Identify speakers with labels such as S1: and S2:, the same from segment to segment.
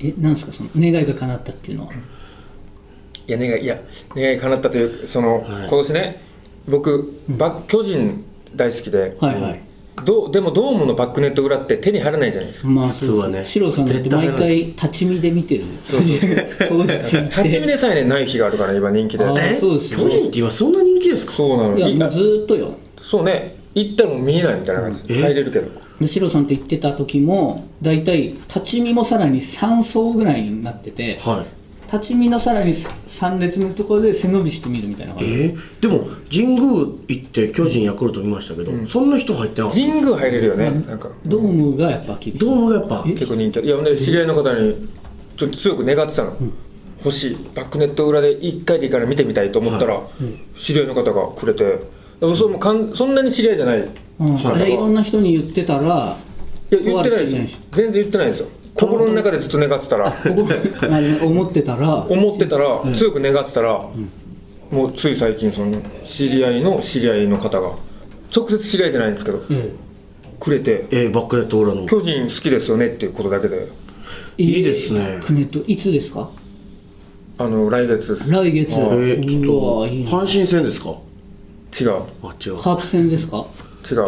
S1: えなんですかその願いが叶ったっていうのは、
S2: いや願いいや願い叶ったというその、
S3: は
S2: 今
S3: い
S2: 年ね僕バ巨人大好きで、
S1: はいはい
S2: どうでもドームのバックネット裏って手に入らないじゃないですか
S1: まあ
S3: 普通はね
S1: シロさんだって毎
S3: 絶対
S1: 回立ち見で見てるんですよ当日行って
S2: 立ち見でさえねない日があるから今人気で
S1: あー
S3: え
S1: そうですよ
S3: 巨人って今そんな人気ですか
S2: そうないの
S1: や
S2: い
S1: もう
S2: や
S1: ずーっとよ
S2: そうね行ったらもう見えないみたいな感じ
S3: うんえ
S2: 入れるけど
S1: でシロさんと行ってた時も大体立ち見もさらに3層ぐらいになってて
S3: はい
S1: 立ち見のさらに3列目のところで背伸びして見るみたいな感じ
S3: えー、でも神宮行って巨人ヤクルト見ましたけど、そんな人入ってなかった
S2: 神宮入れるよねなんか
S1: ドームがやっぱ厳しい
S3: ドームがやっぱ
S2: 結構人気あるいやほんで知り合いの方にちょっと強く願ってたの、欲しいバックネット裏で1回でいいから見てみたいと思ったら、知り合いの方がくれてでもそれもかんそんなに知り合いじゃないいや
S1: うん、あれいろんな人に言ってたら
S2: 言ってない
S1: とあ
S2: で
S1: る
S2: す全然言ってないですよ心の中でずっと願ってたら
S1: ここまで思ってたら
S2: 思ってたら、強く願ってたら、もうつい最近その知り合いの知り合いの方が直接知り合いじゃないんですけど、
S1: え
S2: くれて
S3: えー、バックネット裏の
S2: 「巨人好きですよね」っていうことだけで
S1: え
S3: いいですね
S1: えークネットいつですか
S2: あの来月です
S1: 来月
S3: えー、ち
S1: う
S3: ょ
S1: わ
S3: っ
S1: いい
S3: と
S1: な
S3: 阪神戦ですか
S2: 違う
S3: あ違う
S1: カープ戦ですか
S2: 違う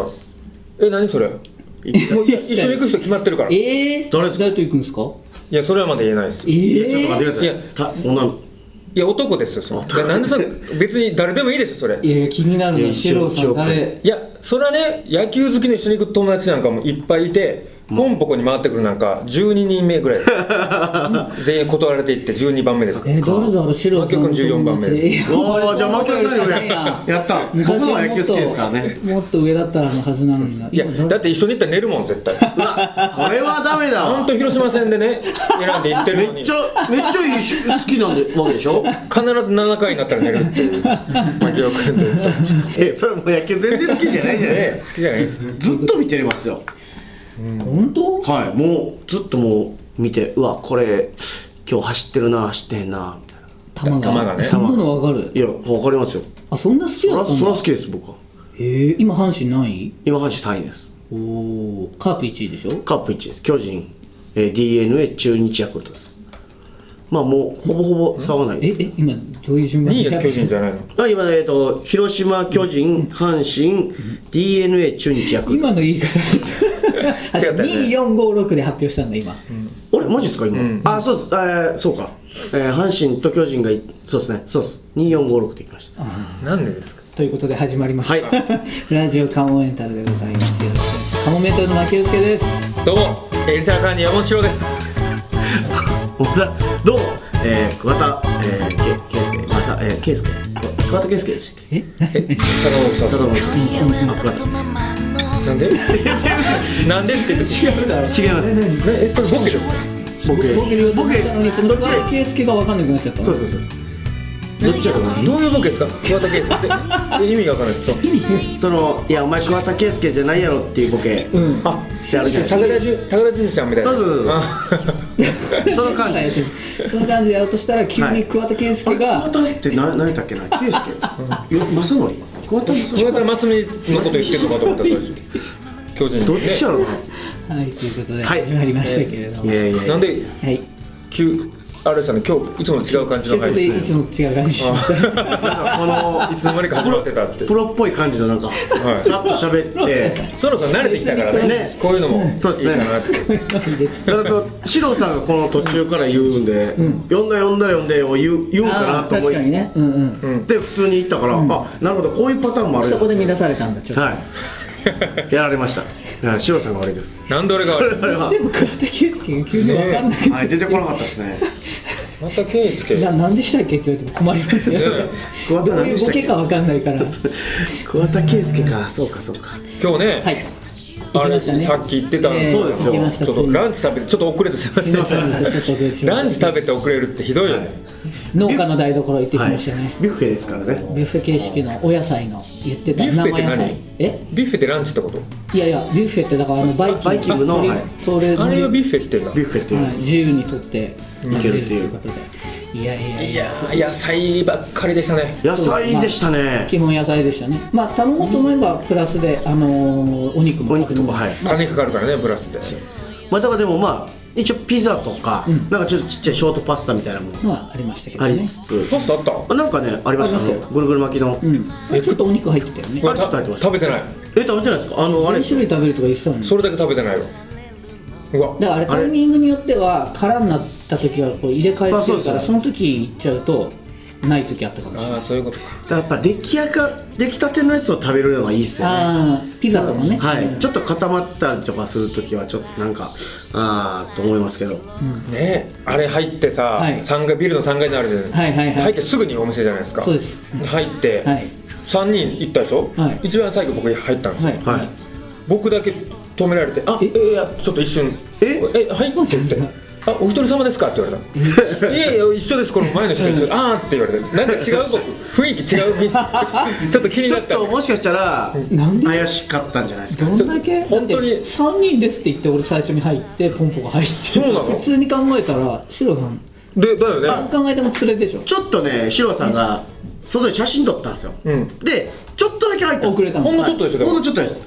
S2: え何それもうい一緒に行く人決まってるからい
S1: ええー、
S3: 誰ですか
S1: 誰と行くんですか
S2: やそれはまだ言えないです
S1: え
S3: い
S1: え
S3: やちょっと待ってください
S2: いや
S3: た女の
S2: いや男ですよそれなんでそれ別に誰でもいいですよそれ
S1: いや気になる
S3: いや
S1: なシローさ
S3: 一
S1: ん
S3: 応
S1: 誰
S2: いやそれはね野球好きの一緒に行く友達なんかもいっぱいいてポンポコに回ってくるなんか12人目ぐらいです 全員断られていって12番目です
S1: えー、誰だろうシローさんの友達で
S2: マキオ君14番目です
S1: えー
S4: おーじゃあマキオさんより
S1: マキオさんや
S4: やった僕
S1: 昔
S4: も
S1: は
S4: 野
S1: も
S4: 球
S1: っ
S4: 好きですからね
S1: ともっと上だったはずなのにない
S2: やだって一緒に行ったら寝るもん絶対
S4: うわそれはダメだ
S2: 本
S4: わ
S2: 当広島戦でね選んで行ってるの
S3: め
S2: に
S3: っちゃめっちゃいいし好きなんでわけでし ょ
S2: 必ず7回になったら寝るって いうマキオ君で
S4: えそれもう野球全然好きじゃないじゃない
S2: ね好きじゃないです
S4: ずっと見てれますよ
S1: 本当
S3: はいもうずっともう見てうわこれ今日走ってるな走ってへんなみたい
S1: 玉
S3: な
S2: 玉が
S1: が
S2: ね
S1: そんなの分かる
S3: いやわかりますよ
S1: あそんな好き
S3: そ
S1: だ
S3: ら
S1: ったん
S3: そ
S1: だ
S3: ら好きです僕は
S1: えー、今阪神何位
S3: 今阪神3位です
S1: おおカープ1位でしょ
S3: カップ1です巨人、えー、d n a 中日ヤクルトですまあもうほぼほぼ差はない
S1: え
S3: です
S1: え今どういう順番
S2: 2位が巨人じゃないの
S3: あ今、えー、と広島巨人阪神、d n a 中日ヤクルト
S1: 今の言い方だったあ
S2: 違ったよね
S1: 2456で発表したんだ今、
S3: あれマジですか今、
S2: うん
S3: あそうですえーそうか、えー阪神と巨人がいそうですねそうです2456でいきま した
S2: なんでですか
S1: ということで始まりました、
S3: は
S1: ラジオカモメンタルでございますよろしくお願いしますカモメンタルの牧之介です
S2: どうもエリサーカーニー山本城です
S3: どうも、えー、桑田、えー、け圭介まさえー、圭介桑田圭介でしたっけ
S2: 坂本
S3: 佐
S2: さ
S3: 藤
S5: 今夜は ママ
S2: ん
S5: の
S2: なんでなんでって言って違う
S1: 違
S3: 違います
S2: ねえそれボケですか
S3: 僕
S1: 僕言おうとしたのにその
S3: どっち
S1: 桑田佳祐が分かんなくなっちゃった
S3: そうそうそうそうどっちやと思います
S2: どういうボケですか桑田佳祐って意味がわからないですそう
S3: そのいやお前桑田佳祐じゃないやろっていうボケ、
S1: うん
S3: あしてあるじゃない
S2: 桜
S3: で
S2: 田
S3: す
S2: 純桜田純さんみたいな
S3: そうそうそうかその感じです
S1: その感じでやろうとしたら急に桑田佳
S3: あ
S1: 祐
S3: れ
S1: が、
S3: 桑田ってな何だっけな圭介よ正則桑田
S2: ん
S3: 正
S2: 桑田
S3: 則
S2: 真澄のこと言ってるのかと思った最初巨人
S3: どっちや
S2: ね
S3: ろうな、
S1: はいということで
S3: はい
S1: 始まりましたけれども、
S3: いやいやいや
S2: なんで
S1: はい
S2: 急あれでしたね今日いつもの違う感じ
S1: とい
S2: の
S1: うこと
S2: 配
S1: で
S2: 信
S1: いつもと違う感じしました
S3: この
S2: いつの間にか始まってたって
S3: プロっぽい感じのなんか、
S2: い
S3: さっと喋って
S2: そろそろ慣れてきたからね
S3: ね
S2: こういうのもいい
S3: そうですね
S2: かなって
S1: いいです
S3: だからとシロさんがこの途中から言うんで「呼んだ呼んだ呼んで」を言う言うかな
S1: あー
S3: と思
S1: 確かに
S3: っ
S1: ねうんうん
S3: て普通に言ったから、あなるほどこういうパターンもある
S1: そこで乱されたんだちょっと、
S3: はいやられましたいやシロさんが悪いです
S2: なんで俺が悪い
S3: あれは
S1: でも桑田佳祐が急に分かんなくなっ
S4: はい出てこなかったですね
S2: また圭介
S1: ななんでしたっけって言われても困りますよ
S2: ね
S3: 桑
S1: ど
S3: 田
S1: う
S3: 何
S1: い
S3: で
S1: う
S3: し
S1: ボ
S3: たっ
S1: ケ
S3: け
S1: かわかんないからは
S3: 桑田佳祐かそうかそうか
S2: 今日ね、
S1: い
S2: あ
S1: 行き
S2: れ
S1: ましたね
S2: さっき言ってた、
S1: えー
S3: そうですよ
S1: 行きました
S2: そう
S1: つい
S2: そう
S1: に
S2: ランチ食べてちょっと遅れてす
S1: す
S2: み
S1: み
S2: ま
S1: ませ
S2: せ
S1: ん
S2: ん
S1: ちょっと遅れてしま
S2: ラ
S1: い
S2: ン
S1: ま
S2: チ
S1: した
S2: 食べて遅れるってひどいよね、
S1: 農家の台所行ってき
S3: はい
S1: ましたね、
S3: ビュッフェですからね
S1: ビュッフェ形式のお野菜の言ってた
S2: ビュッフェっ
S1: 生
S2: て
S1: 野
S2: 何
S1: 菜え
S2: ビュッフェでランチってこと
S1: いやいやビュッフェってだからあのバイキング
S3: バイキングの
S1: 鳥
S3: はい
S1: 鳥の
S2: あれをビュッフェって言うんだ
S3: ビュッフェっていう、
S1: はい自由に取って
S3: いけるっていう
S1: 食べことでいやいやい
S2: い
S1: や
S2: やー野菜ばっかりでしたね
S3: 野菜でしたね
S1: 基本野菜でしたねまあ頼もうと思えばプラスで、あのーお肉も
S3: お肉と
S1: 食べ
S3: かはい
S1: れます
S2: 金かかるからねプラスで
S3: まあだからでもまあ一応ピザとか、
S1: うん
S3: なんかちょっとちっちゃいショートパスタみたいなもの
S1: のはありましたけど
S3: あり
S1: ね
S3: つつ、
S2: パスタあった
S3: あなんかねありまし
S1: ありま
S3: たね
S1: したよ
S3: ぐるぐる巻きの、
S1: うんちょっとお肉入ってたよね
S3: あれちょっと入ってました
S2: 食べてない
S3: え食べてないですかあのあれ
S1: 全種類食べるとか言ってたのに
S2: それだけ食べてないわうわ
S1: だからあれタイミングによっては空になった時はこう入れ替えしてるから
S3: あ
S1: その時行っちゃうとない時あったかもしれ
S2: あ
S1: な
S2: あ
S1: い
S2: そういうことか
S3: やっぱ出来上が出来たてのやつを食べるのがいいっすよね
S1: ああピザとかね
S3: はい、
S1: うん
S3: ちょっと固まったりとかするときはちょっとなんかああと思いますけど
S2: ねえあれ入ってさ、
S1: はい
S2: 三階ビルの3階にあるじゃない、
S1: はいはいはい
S2: 入ってすぐにお店じゃないですか
S1: そうです
S2: 入って、
S1: はい
S2: 三3人行ったでしょ、
S1: はい
S2: 一番最後僕入ったんですよ、
S1: はい
S3: はい
S2: 僕だけ止められて「あ
S1: え
S2: えいやちょっと一瞬
S3: え
S2: えはい」って言って「あお一人様ですか?」って言われ た「いやいや一緒ですこの前の人と一緒であー」って言われてなんか違う僕雰囲気違うちょっと気に
S3: ち
S2: な
S3: ょ
S2: っ
S3: ったともしかしたら
S1: なんで
S3: 怪しかったんじゃないです
S1: ど
S3: か
S1: んだけ
S2: ちょっと本当に
S1: だって3人ですって言って俺最初に入ってポンポが入って
S2: そうなの
S1: 普通に考えたらシロさん
S2: でだよ
S1: あ
S2: ね
S1: 考えても連れでしょ
S3: ちょっとねシロさんが外で写真撮ったんですよ、
S2: うん
S3: でちょっとだけ入ったんで
S1: 遅
S3: す
S1: れたの
S2: ほんのちょっとでしょでも
S3: ほんのちょっとです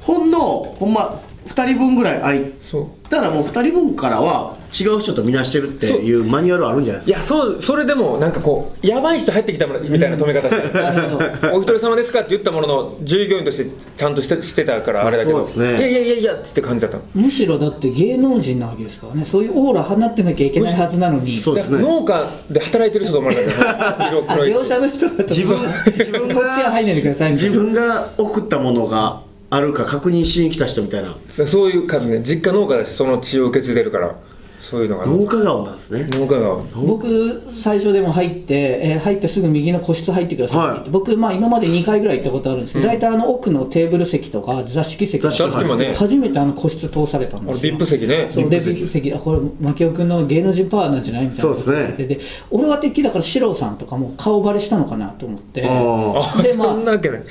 S4: ほんのほんま2人分ぐらい空い
S2: そう
S3: だからもう2人分からは違う人と見なしてるっていうマニュアルあるんじゃない
S2: い
S3: ですか
S2: やそうそれでもなんかこうやばい人入ってきたものみたいな止め方し て
S1: なるほど
S2: 「お一人様ですか?」って言ったものの従業員としてちゃんとしてしてたからあれだけど「
S3: まあそうで
S2: い
S3: す
S2: や
S3: ね
S2: いやいやいや」って感じだったの
S1: むしろだって芸能人なわけですからねそういうオーラ放ってなきゃいけないはずなのに
S3: そうですね
S2: だから農家で働いてる人と思われたんだ よ色
S1: あ
S2: 黒い
S1: 業者の人だと
S3: 自分自分が
S1: こっちは入んないでくださいみたい
S3: 自
S1: な
S3: 分が送ったものがあるか確認しに来た人みたいな
S2: そうそういう数ね実家農家だしその血を受け継いでるからそういうのが農
S3: 農家顔なんですね
S2: 家が
S1: 僕最初でも入って、えー入ってすぐ右の個室入ってくださいって言って、僕まあ今まで2回ぐらい行ったことあるんですけど、大体あの奥のテーブル席とか座敷席とか
S3: 座敷
S2: もね
S1: 初めてあの個室通されたんで
S2: あれ
S1: すよ
S2: VIP 席ね
S1: そうで VIP 席あこれ牧雄君の芸能人パワーなんじゃないみたいな
S3: そうですね
S1: こと言ってで俺はてっきりだから四郎さんとかも顔バレしたのかなと思って
S3: あ
S2: あ
S1: でまあ
S2: そんなわけない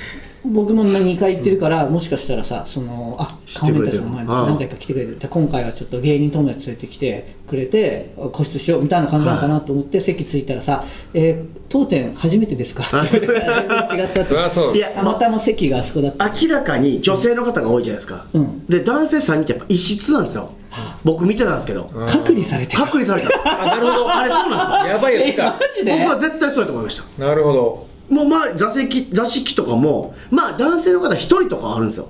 S1: 僕も2回行ってるから、もしかしたらさそのあ
S3: 知っ
S1: 顔
S3: てく
S1: 面た
S3: れて
S1: ち
S3: る
S1: の前に
S3: ああ
S1: 何回か来てくれてじゃあ今回はちょっと芸人友達連れてきてくれて個室しようみたいな感じなのかなと思って、席着いたらさ「えー当店初めてですか?」って言われたら全然違ったっ
S2: あ
S1: て
S2: そう
S3: いや
S1: たまたま席があそこだった
S3: 明らかに女性の方が多いじゃないですか、
S1: うん
S3: で男性3人ってやっぱ異質なんですよ僕見てたんですけど
S1: 隔離されてる
S3: 隔離された
S2: あなるほど
S3: あれそうなんで
S2: やばいやつ
S1: えマ
S2: か
S1: ジ
S3: すよ
S1: で
S3: 僕は絶対そうやと思いました
S2: なるほど
S3: もうまあ座席座敷とかもまあ男性の方1人とかあるんですよ、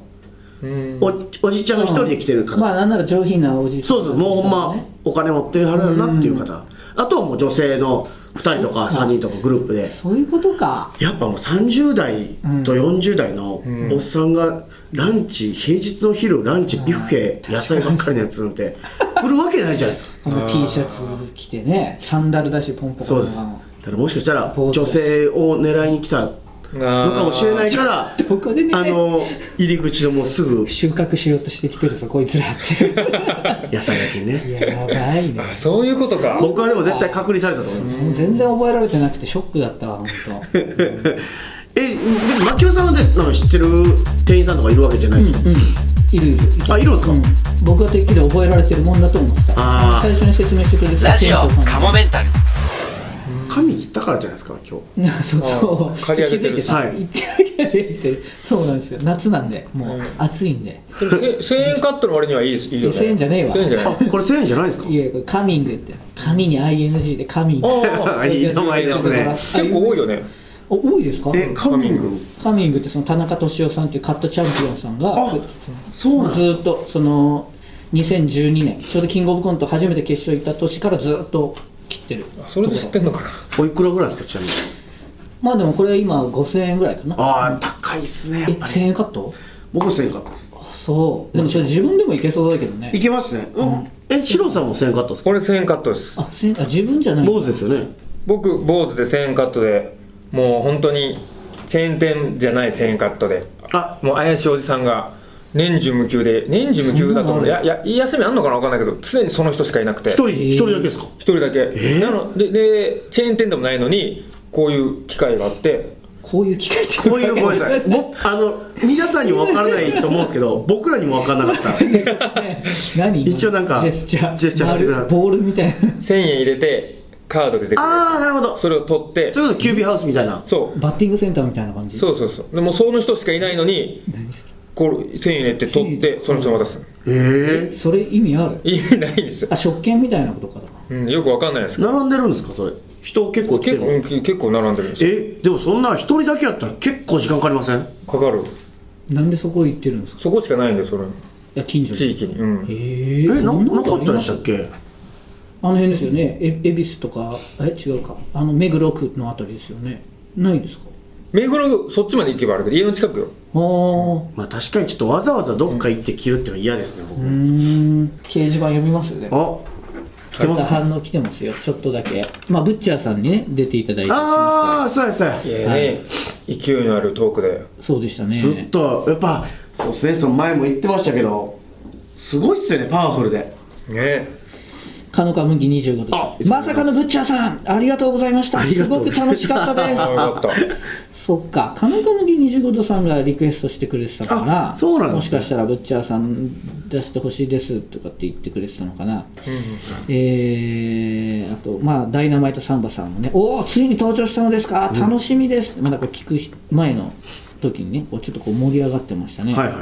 S2: うん
S3: おおじちゃんが1人で来てる方、
S1: まあなんなら上品なおじいさん
S3: そうそうもうほんまお金持ってるはるやろなっていう方、あとはもう女性の2人とか3人とかグループで
S1: そういうことか
S3: やっぱもう30代と40代の
S2: ん
S3: おっさんがランチ平日の昼ランチビュッフェ野菜ばっかりのやつなんて売るわけないじゃないですか
S1: この T シャツ着てねサンダルだしポンポン
S3: そうですだからもしかしたら
S1: 坊主
S3: 女性を狙いに来たのかもしれないからあ
S1: どこでね
S3: の入り口のもうすぐ
S1: 収穫しようとしてきてるぞこいつらっ
S3: 野菜だけ
S1: て い
S3: ね
S1: ややばいね
S2: あそういうことか
S3: 僕はでも絶対隔離されたと思います
S1: 全然覚えられてなくてショックだったわ本
S3: えでも槙尾さんはねなんか知ってる店員さんとかいるわけじゃないでしょ
S1: 当うんいるいる
S3: あいるんですか
S1: うん僕はてっきり覚えられてるもんだと思って
S3: あ
S1: た
S3: ー
S1: 最初に説明してくれてた
S5: ラジオカモメンタル
S3: 髪切ったからじゃないですか今
S1: 店
S3: 日
S1: 員さん そうそ
S2: あ
S1: う
S2: ー刈り上げてる
S1: 気づいてた
S3: はい
S1: 一回上げてるそうなんですよ夏なんでもう暑いんで
S2: でもせ1000円カットの割にはいいですいいよね
S1: 1000円じゃねえわ
S2: 1000円じゃない
S3: あこれ1000円じゃないんですか
S1: いやこれカミングって紙に ING でカミング
S2: ああ
S3: いい名前ですね
S2: 結構多いよね
S1: お多いですか
S3: えカミング
S1: カミングってその田中俊夫さんっていうカットチャンピオンさんが
S3: あそうなんだ
S1: ずーっとその2012年ちょうどキングオブコント初めて決勝行った年からずーっと切ってる
S2: あそれで知ってんのかな
S3: おいくらぐらいですかちなみに
S1: まあでもこれ今5000円ぐらいかな
S3: ああ高いっすねや
S1: え
S3: っぱり
S1: 1000円カット
S3: 僕1000円買ったです
S1: あそうでもそれ自分でもいけそうだけどね
S4: いけますね、うん、
S3: えシロさんも1000円買ったですか
S2: これ1000円カットです
S1: あ1000円あ自分じゃない
S3: 坊主ですよね
S2: 僕坊主で1000円カットでもう本当にチェーン店じゃない1000円カットで
S3: あ
S2: もう怪しいおじさんが年中無休で年中無休だと思
S1: そんなのあ
S2: う
S1: る
S2: いやいやいい休みあんのかな分かんないけど常にその人しかいなくて
S3: 一人
S2: 一
S3: 一人だけですか
S2: 人だけ、なのででチェーン店でもないのにこういう機会があって
S1: こういう機会って
S3: こういうごめんなさい 僕あの皆さんにも分からないと思うんですけ ど僕らにも分からな かった
S1: 何今
S3: 一応なんか
S1: ジェスチャー
S3: ジェスチャーしてくれる
S1: 丸ボールみたいな
S2: 1000円入れてカード出てくる
S3: ああなるほどそ
S2: それを取って
S3: れこそキュービーハウスみたいな
S2: そう
S1: バッティングセンターみたいな感じ
S2: そうそうそうでもうその人しかいないのに
S1: 何それ
S2: こう1000円入れて取ってその人に渡す
S3: え
S1: それ意味ある
S2: 意味ないんですよ、
S1: あ食券みたいなことかだ
S2: うん、よくわかんないです
S3: え並んでるんですかそれ人結構来て
S2: 結
S3: るん
S2: 構
S3: で
S2: う
S3: す
S2: ん
S3: か
S2: 結構並んでるんですよ
S3: えでもそんな一人だけやったら結構時間かかりません
S2: かかる
S1: なんでそこ行ってるんですか
S2: そこしかないんでその
S1: いや近所
S2: 地
S1: に
S2: 域に、うん、
S1: え
S3: え
S1: え
S3: ななかったでした
S1: あ
S3: っけ
S1: の辺ですよねえ恵比寿とかえ違うかあの目黒区のあたりですよねないですか
S2: 目黒そっちまで行けばあるけど家の近くよ
S1: ああ
S3: まあ確かにちょっとわざわざどっか行って着るってのは嫌ですね
S1: う
S3: 僕
S1: ーん掲示板読みますよね
S3: あ来てます
S1: 反応来てますよちょっとだけまあブッチャーさんにね出ていただいてし
S3: あ
S1: ま
S3: あそうやそうや
S2: いやね、勢いのあるトークで
S1: したそうでしたね
S3: ずっとやっぱ
S4: そうですねその前も言ってましたけどすごいっすよねパワフルで
S2: ね
S1: カノカ麦25度まさかのブッチャーさんありがとうございました
S3: あり
S1: す
S3: がと
S1: ごく
S3: う
S1: 楽しか ったで
S2: あよかった
S1: すそっかカノカ麦25度さんがリクエストしてくれてたから
S3: あそうなんですね
S1: もしかしたらブッチャーさん出してほしいですとかって言ってくれてたのかな、えー、あとまあダイナマイトサンバさんもねおおついに登場したのですか楽しみです、まだこう聞く前の時にねこうちょっとこう盛り上がってましたね
S3: はいはい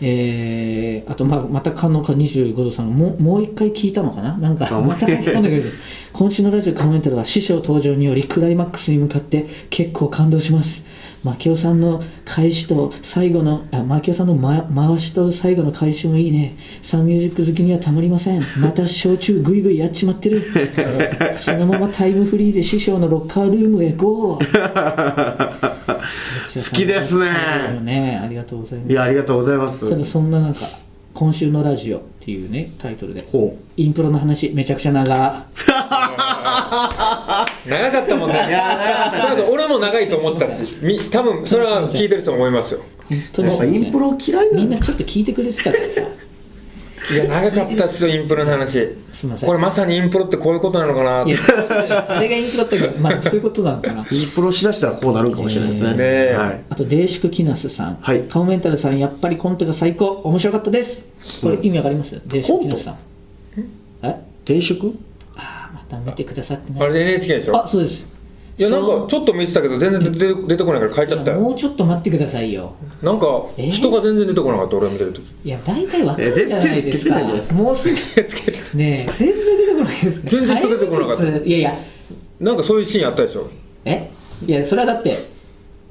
S1: えーあとまあまた観音か25度さんがもうもう一回聞いたのかななんか
S3: あもう
S1: また書き込んでくれて今週のラジオカメントでは師匠登場によりクライマックスに向かって結構感動します牧雄さんの開始と最後のあ牧雄さんの、ま、回しと最後の開始もいいねサンミュージック好きにはたまりませんまた焼酎ぐいぐいやっちまってるそのままタイムフリーで師匠のロッカールームへ ゴー
S3: 好きですね
S1: ねありがとうございます
S3: いやありがとうございます
S1: ただそんななんか「今週のラジオ」っていうねタイトルで
S3: ほ
S1: インプロの話めちゃくちゃ長
S2: 長かったもんねい や長かった俺も長いと思ってたしみ多分それは聞いてる人も思いますよ
S1: 本当
S3: う
S1: に
S3: やっぱインプロ嫌いな
S1: みん
S3: んだ
S1: なちょっと聞いてくれてたからさ
S2: いや長かったっすよインプロの話
S1: すいません
S2: これまさにインプロってこういうことなのかないい
S1: やあれがインプロっていうかまあそういうことなのかな
S3: インプロしだしたらこうなるんかもしれないですね
S2: ねえ
S3: はい
S1: あとデーシクキナスさん、
S3: はい
S1: カモメンタルさんやっぱりコントが最高面白かったですこれ意味わかります、デーシクキナスさんえ
S3: 転職
S1: ああまた見てくださって
S2: あ
S1: ない
S2: れ NHK でしょ
S1: あそうです
S2: いやなんかちょっと見てたけど全然出て出てこないから変えちゃった
S1: いやもう
S2: よ
S1: ちょっと待ってくださいよ
S2: なんか
S1: えー
S2: 人が全然出てこなかった俺が見てる時
S1: いや大体わかるじゃないです
S3: え出てるつけてないじゃないで
S1: か
S3: す
S1: もうすぐ
S2: 手つけて
S1: ねえ全然出てこないです
S2: 全然人出てこなかった
S1: 帰りつついやいや
S2: なんかそういうシーンあったでしょ
S1: えいやそれはだって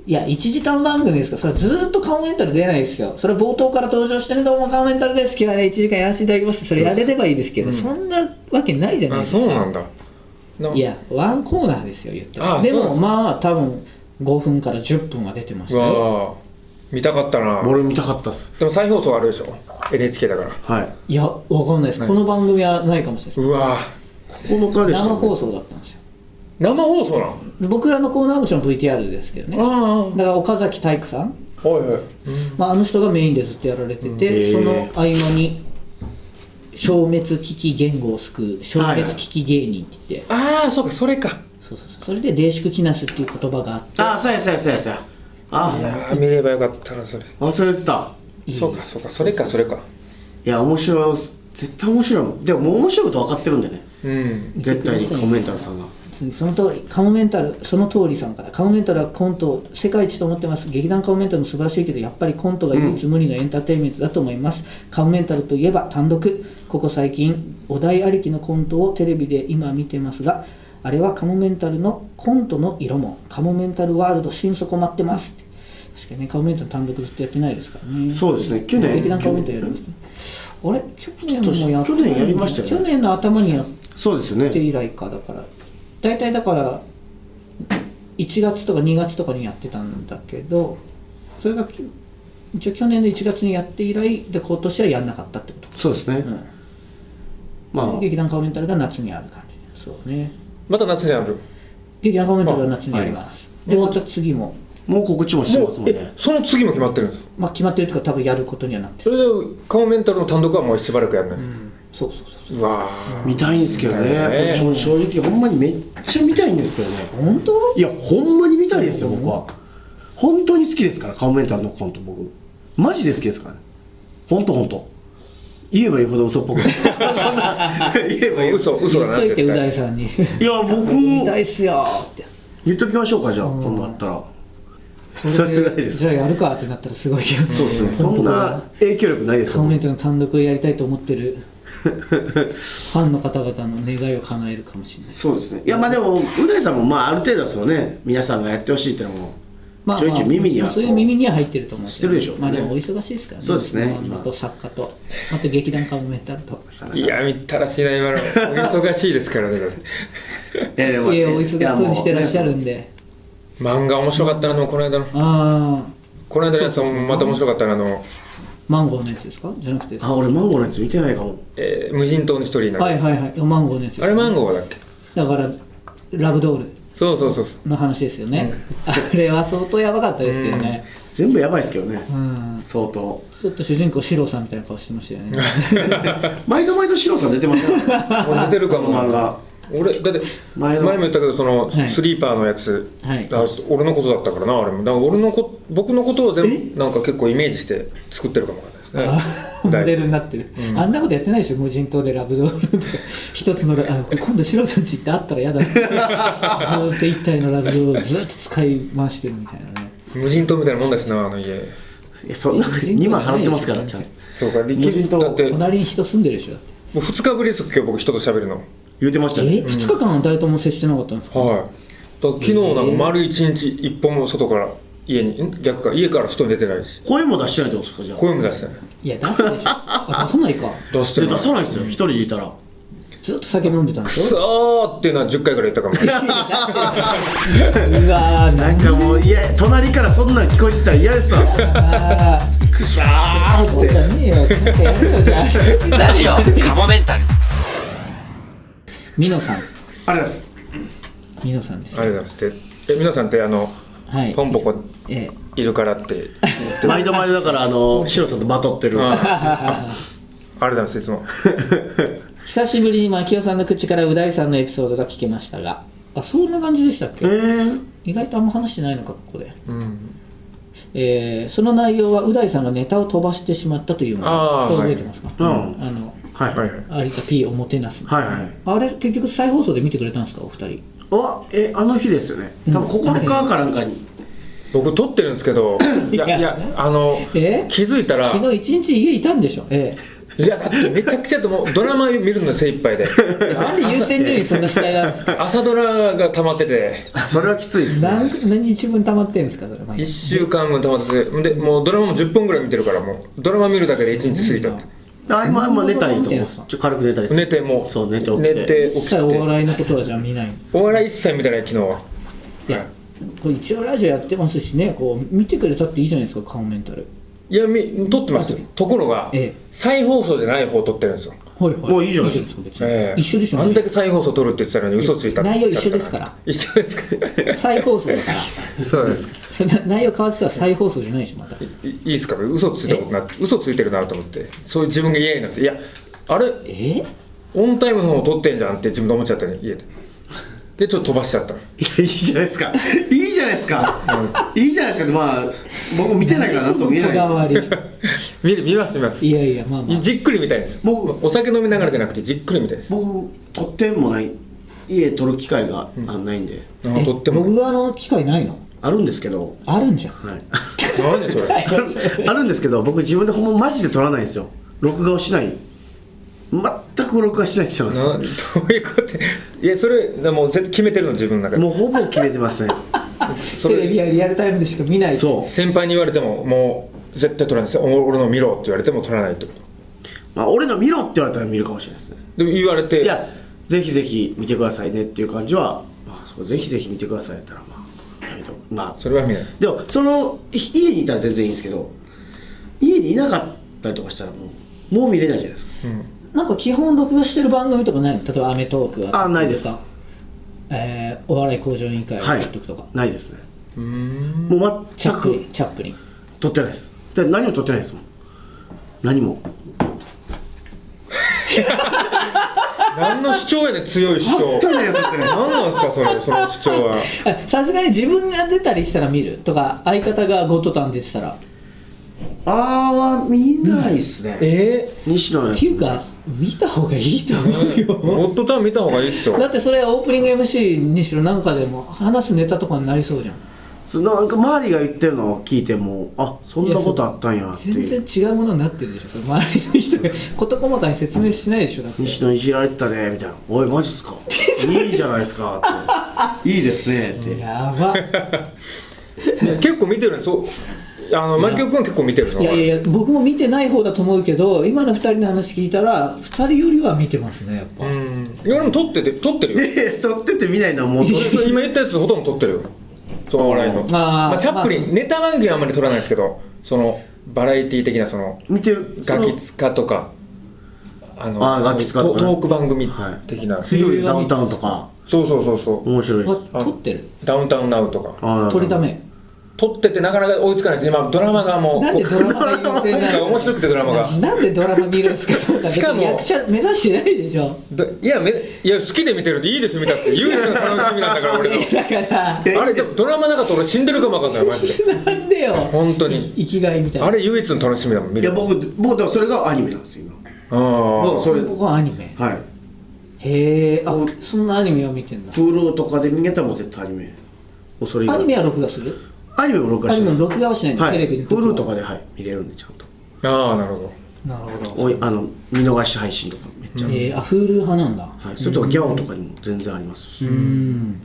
S1: いや1時間番組ですからそれはずーっと顔メンタル出ないですよそれは冒頭から登場してねどうも顔メンタルです今日はね1時間やらせていただきますそれやれればいいですけど、そんなわけないじゃない
S2: あ
S1: ですか
S2: そうなんだなんか
S1: いやワンコーナーですよ言った
S2: あ
S1: ら
S2: あ
S1: で
S2: そうなん
S1: も
S2: です
S1: まあ多分5分から10分は出てまし
S2: う
S1: たよ
S2: わあ見たかったな
S3: 俺見たかったっす
S2: でも再放送あるでしょ NHK だから
S3: はい
S1: いやわかんないです、この番組はないかもしれないです
S2: うわあ
S3: 9日でしたね
S1: 生放送だったんですよ
S2: 生放送なの
S1: 僕らのコーナーはもちろん VTR ですけどね
S2: あ
S1: だから岡崎体育さん
S2: あはいはい
S1: まあ、あの人がメインでずっとやられてて、
S3: うん
S1: その合間に消滅危機言語を救う消滅危機芸人って言って、
S2: ああそうかそれか
S1: そうそうそうそれで「冷粛きなす」っていう言葉があって
S3: ああそうやそうやそうやそうや
S2: い
S3: あ
S2: やー見ればよかったなそれ
S3: 忘れてた
S1: いい
S2: そうかそうかそれかそれか
S3: いや面白い絶対面白いもんでももう面白いこと分かってるんでね
S2: うん
S3: 絶対にコメンタルさんが
S1: その通りカモメンタルその通りさんからカモメンタルはコントを世界一と思ってます劇団カモメンタルも素晴らしいけどやっぱりコントが唯一無二のエンターテインメントだと思います、カモメンタルといえば単独ここ最近お題ありきのコントをテレビで今見てますがあれはカモメンタルのコントの色もカモメンタルワールド心底待ってます確かにねカモメンタル単独ずっとやってないですからね
S3: そうですね去年
S1: 劇団カモメンタルやるんですねあれ去年もやって
S3: 去年やりましたよね
S1: 去年の頭にやっ
S3: そうですよ
S1: って
S3: ね
S1: 以来かだから大体だから1月とか2月とかにやってたんだけどそれがき一応去年の1月にやって以来で今年はやんなかったってこと
S3: そうですね、
S1: ん
S3: まあ
S1: 劇団カウメンタルが夏にある感じそうね
S2: また夏にある
S1: 劇団カウメンタルは夏にありますでまた次も、
S3: もう告知もしてますもん
S2: え
S3: ね
S2: その次も決まってるんです
S1: まあ、決まってるというか多分やることにはなってる
S2: それで顔メンタルの単独はもうしばらくやるね
S1: そうそうそうそう
S2: うわあ
S3: 見たいんですけどね
S2: 見たいね
S3: これ正正直ほんまにめっちゃ見たいんですけどね
S1: 本当
S3: いやほんまに見たいですよ僕は本当に好きですから顔メンタルのコント僕マジで好きですからね本当本当言えば言うほど嘘っぽくないそんな言えば言う
S2: 嘘嘘だ
S1: 言っ
S2: な
S1: といてう
S2: 絶
S1: だ
S2: 対
S1: いさんに
S3: いや僕
S1: 見
S3: も
S1: たいっすよって
S3: 言っときましょうかじゃあ今度あったら
S6: それぐらいです
S1: じゃあやるかってなったらすごいけど
S6: そうですねそんな影響力ないです
S1: カ
S6: よ
S1: モメントの単独をやりたいと思って るファンの方々の願いを叶えるかもしれない
S3: そうですねいやまあでもうないさんもまあある程度ですよね皆さんがやってほしいってのもちょいちょい耳には
S1: そういう耳には入ってると思う
S3: 知ってるでしょうね
S1: まあでもお忙しいですからね
S3: そうですね
S1: 漫画と作家とあと劇団カモメンタルと
S2: いや見たらしいな今のお忙しいですからね
S3: いやでも
S1: 家をお忙しそうにしてらっしゃるんで
S2: 漫画面白かったなでもこの間の
S1: ああ
S2: この間のやつもまた面白かったなあの、
S1: マンゴーのやつですかじゃなくて
S3: あ俺マンゴーのやつ見てないかも
S2: えー無人島の一人になる、
S1: はいはいはいマンゴーのやつです
S2: あれマンゴーだっけ
S1: だからラブドール
S2: そうそうそうそう
S1: の話ですよね、あれは相当やばかったですけどね
S3: 全部やばいですけどね
S1: うん
S3: 相当
S1: ちょっと主人公シロさんみたいな顔してましたよね
S3: 毎度毎度シロさん出てます から
S2: 俺出てるかも
S3: 漫画
S2: 俺だって前
S3: 前の
S2: も言ったけどその、
S1: はい
S2: スリーパーのやつ、
S1: はい
S2: あ俺のことだったからなあれもだから俺のこ僕のことを全部なんか結構イメージして作ってるかもわかんない です
S1: モ
S2: ね
S1: デルになってる、あんなことやってないでしょ無人島でラブドールで一つのラあ今度シロさんち行って会ったら嫌だずーっと一体のラブドールをずっと使い回してるみたいなね
S2: 無人島みたいなもんだしなあの家
S3: いやそんな2万払ってますからちゃんと
S2: そうか
S3: 無人島
S2: だっても
S1: 隣に人住んでるでしょ
S2: う2日ぶりです今日僕人と喋るの
S3: 言うてました
S1: え
S3: ね
S1: 2日間は誰とも接してなかったんですか、
S2: はいだから昨日なんか丸一日一歩も外から家にん逆か家から外に出てないし
S3: 声も出してないってことですかじゃあ
S2: 声も出してない
S1: いや出すでしょあ出さないか
S2: 出して
S3: い
S2: ない
S3: や出さないですよ一人でいたら
S1: ずっと酒飲んでたんで
S2: く
S1: しょ
S2: そーっていうのは10回ぐらい言ったかも
S1: うわーな
S3: なんかもういや隣からそんなん聞こえてたら嫌ですわ
S1: あ
S3: くさー
S1: ーそうじゃねえよなんかやるよじゃあ
S5: ラジオカモメンタル
S1: ミノさん
S3: あれです
S1: ミノさんです
S2: ありがとうございますでえ皆さんってあの
S1: はい
S2: ポンポコ
S1: ええ
S2: いるからって
S3: 毎度毎度だからあのシロさんとバトってる
S2: ありがとうございますいつも
S1: 久しぶりに牧雄さんの口からう大さんのエピソードが聞けましたがあそんな感じでしたっけ、意外とあんま話してないのかここで、
S2: うん
S1: えーその内容はう大さんがネタを飛ばしてしまったというもの
S2: あー
S1: これ覚えてますか、
S3: はいうん
S1: あの
S3: はい
S2: は
S3: はいい
S2: はい
S1: 有田 P おもてなす、
S3: はい
S1: あれ結局再放送で見てくれたんですかお二人
S3: あえあの日ですよね多分9日かなんか に
S2: 僕撮ってるんですけどいや
S1: いや
S2: いやあの
S1: え
S2: 気づいたら
S1: 昨日一日家いたんでしょえ
S2: いやだってめちゃくちゃともうドラマ見るの精一杯で
S1: えなんで優先順位そんな下なん ですか
S2: 朝ドラが溜まってて
S3: それはきついですね
S1: 何何日分溜まってんですかそれ毎
S2: 1
S1: 日
S2: 週間も溜まっててでもうドラマも10本ぐらい見てるからもうドラマ見るだけで1日過ぎたって
S3: あ今今寝たらいいと思うちょ軽く寝たりする
S2: 寝ても
S3: そう寝て起きて
S2: 寝て起
S1: 一
S2: き
S1: 切お
S2: て
S1: 笑いのことはじゃあ見ない
S2: お笑い一切見てない昨日はい
S1: やこれ一応ラジオやってますしねこう見てくれたっていいじゃないですかカモメンタル
S2: いやみ撮ってますよところが、
S1: ええ
S2: 再放送じゃない方撮ってるんですよ、
S1: はいはい
S3: もういいじゃないです
S1: か別に
S2: ええ
S1: 一緒でしょ
S2: あんだけ再放送撮るって言ってたのに嘘ついた
S1: 内容一緒ですから
S2: 一緒ですか
S1: 再放送だから
S2: そうです
S1: そんな内容変わってたら再放送じゃないでしょまた
S2: いいいですか嘘ついたことな嘘ついてるなと思ってそういう自分が嫌になっていやあれ
S1: え
S2: オンタイムの方撮ってんじゃんって自分で思っちゃったね家ででちょっと飛ばしちゃったの
S3: いやいいじゃないですかいいじゃないですかいいじゃないですかってまあ僕見てないからなんとも言え
S1: こだ
S3: ない
S1: わり
S2: 見る見ます見ます
S1: いやいやまあまあ
S2: じっくり見たいんですよ
S3: 僕
S2: お酒飲みながらじゃなくてじっくり見たいです
S3: 僕撮ってもない家撮る機会があないんで
S2: あーとっても
S1: 僕はあの機会ないの
S3: あるんですけど
S1: あるんじゃん
S3: はい
S2: 何 それ
S3: あるあるんですけど僕自分でほんまマジで撮らないんですよ録画をしない全く録画しない人
S2: な
S3: なん
S2: ど
S3: で
S2: ういうこといやそれもう絶対決めてるの自分の中
S3: す
S2: で
S3: もうほぼ決めてま すね
S2: そ
S1: テレビ
S2: れ
S1: やリアルタイムでしか見ない
S3: そう
S2: 先輩に言われてももう絶対取らないですよお俺の見ろって言われても取らないってこと
S3: まあ、俺の見ろって言われたら見るかもしれないですね
S2: でも言われて
S3: いやぜひぜひ見てくださいねっていう感じは、まあ、そうぜひぜひ見てくださいやったらまあやめとこうまあ
S2: それは見ない
S3: でもそのひ家にいたら全然いいんですけど家にいなかったりとかしたらもうもう見れないじゃないですか
S1: なんか基本録画してる番組とかないの例えば『アメトーーク』は
S3: あないです
S1: えーお笑い向上委員会を
S3: は
S1: や
S3: い
S1: っとくとか、
S3: ないですね
S2: うん
S3: もう
S1: チ
S3: 全
S1: ャップリン
S3: く
S1: チャップリン
S3: 撮ってないですで何も撮ってないですもん何も
S2: 何の主張やねん強い主張
S3: 撮ってないよ撮ってない
S2: 何なんですかそれその主張は
S1: あさすがに自分が出たりしたら見るとか相方がゴッドタン出てたらっ
S3: あーは見ないですね
S2: え
S3: 西野のやつ
S1: ていうか見た方がいいと思うよ
S2: ゴッドタン見た方がいいっすよ
S1: だってそれオープニング MC にしろなんかでも話すネタとかになりそうじゃん
S3: そうなんか周りが言ってるのを聞いてもあそんなことあったんやってい
S1: 全
S3: う
S1: 然違うものになってるでしょそれ周りの人が事細かに説明しないでしょだって
S3: 西野いじられてたねみたいな「おいマジっすかいいじゃないですか」って「いいですね」って
S1: やば
S2: 結構見てるんですそうあのマキオ君は結構見てるの
S1: いやいやいや僕も見てない方だと思うけど今の2人の話聞いたら2人よりは見てますねやっぱ、
S2: うんいや俺も撮ってて撮ってる よ
S3: で撮ってて見ないのはもうそれ
S2: 俺今言ったやつほとんど撮ってるよそのお笑いの
S1: ー
S2: まあ、チャップリン、
S1: まあ
S2: ネタ番組はあんまり撮らないですけどそのバラエティー的なその
S3: 見てる
S2: ガキツカとかあの
S3: あーガキ使とかね
S2: トトーク番組的な、
S3: 「強いダウンタウン」とか
S2: そうそうそうそう
S3: 面白いです
S1: あ撮ってる
S2: ダウンタウンナウとか
S3: あ
S1: 撮りため
S2: 撮っててなかなか追いつかないです今ドラマがもう
S1: なんでドラマが優先な
S2: 今回
S1: の
S2: 面白くてドラマが
S1: ななんでドラマ見るんですかそんな
S2: しかも
S1: 別に役者目指してないでしょ
S2: ど いやめいや好きで見てるんでいいですよ見たって唯一の楽しみなんだから俺の
S1: だから
S2: あれでもドラマなかったら俺死んでるかもわかんないマジで
S1: なんでよ
S2: 本当に
S1: 生きがいみたいな
S2: あれ唯一の楽しみだもん見
S3: いや
S2: る
S3: 僕僕だからそれがアニメなんですよ
S2: あー
S3: 今僕それ
S1: 僕はアニメ
S3: はい
S1: へえあ
S3: お
S1: そんなアニメを見てんだ
S3: プールとかで見えたらもう絶対アニメ恐れ
S1: ア
S3: 入
S1: ニ
S3: り
S1: メは録画する
S3: アニメも録画
S1: ア
S3: し
S1: ニ
S3: て
S1: メ
S3: ま
S1: は
S3: す
S1: 録画はしないんだ、
S3: は
S1: テレ
S3: い
S1: ビに
S3: Hulu とかではい見れるんでちゃんと
S2: ああなるほど
S1: なるほど
S3: おいあの見逃し配信とかめっちゃ
S1: えー、あフール派なんだ
S3: はいそれとかギャオとかにも全然ありますし
S1: うん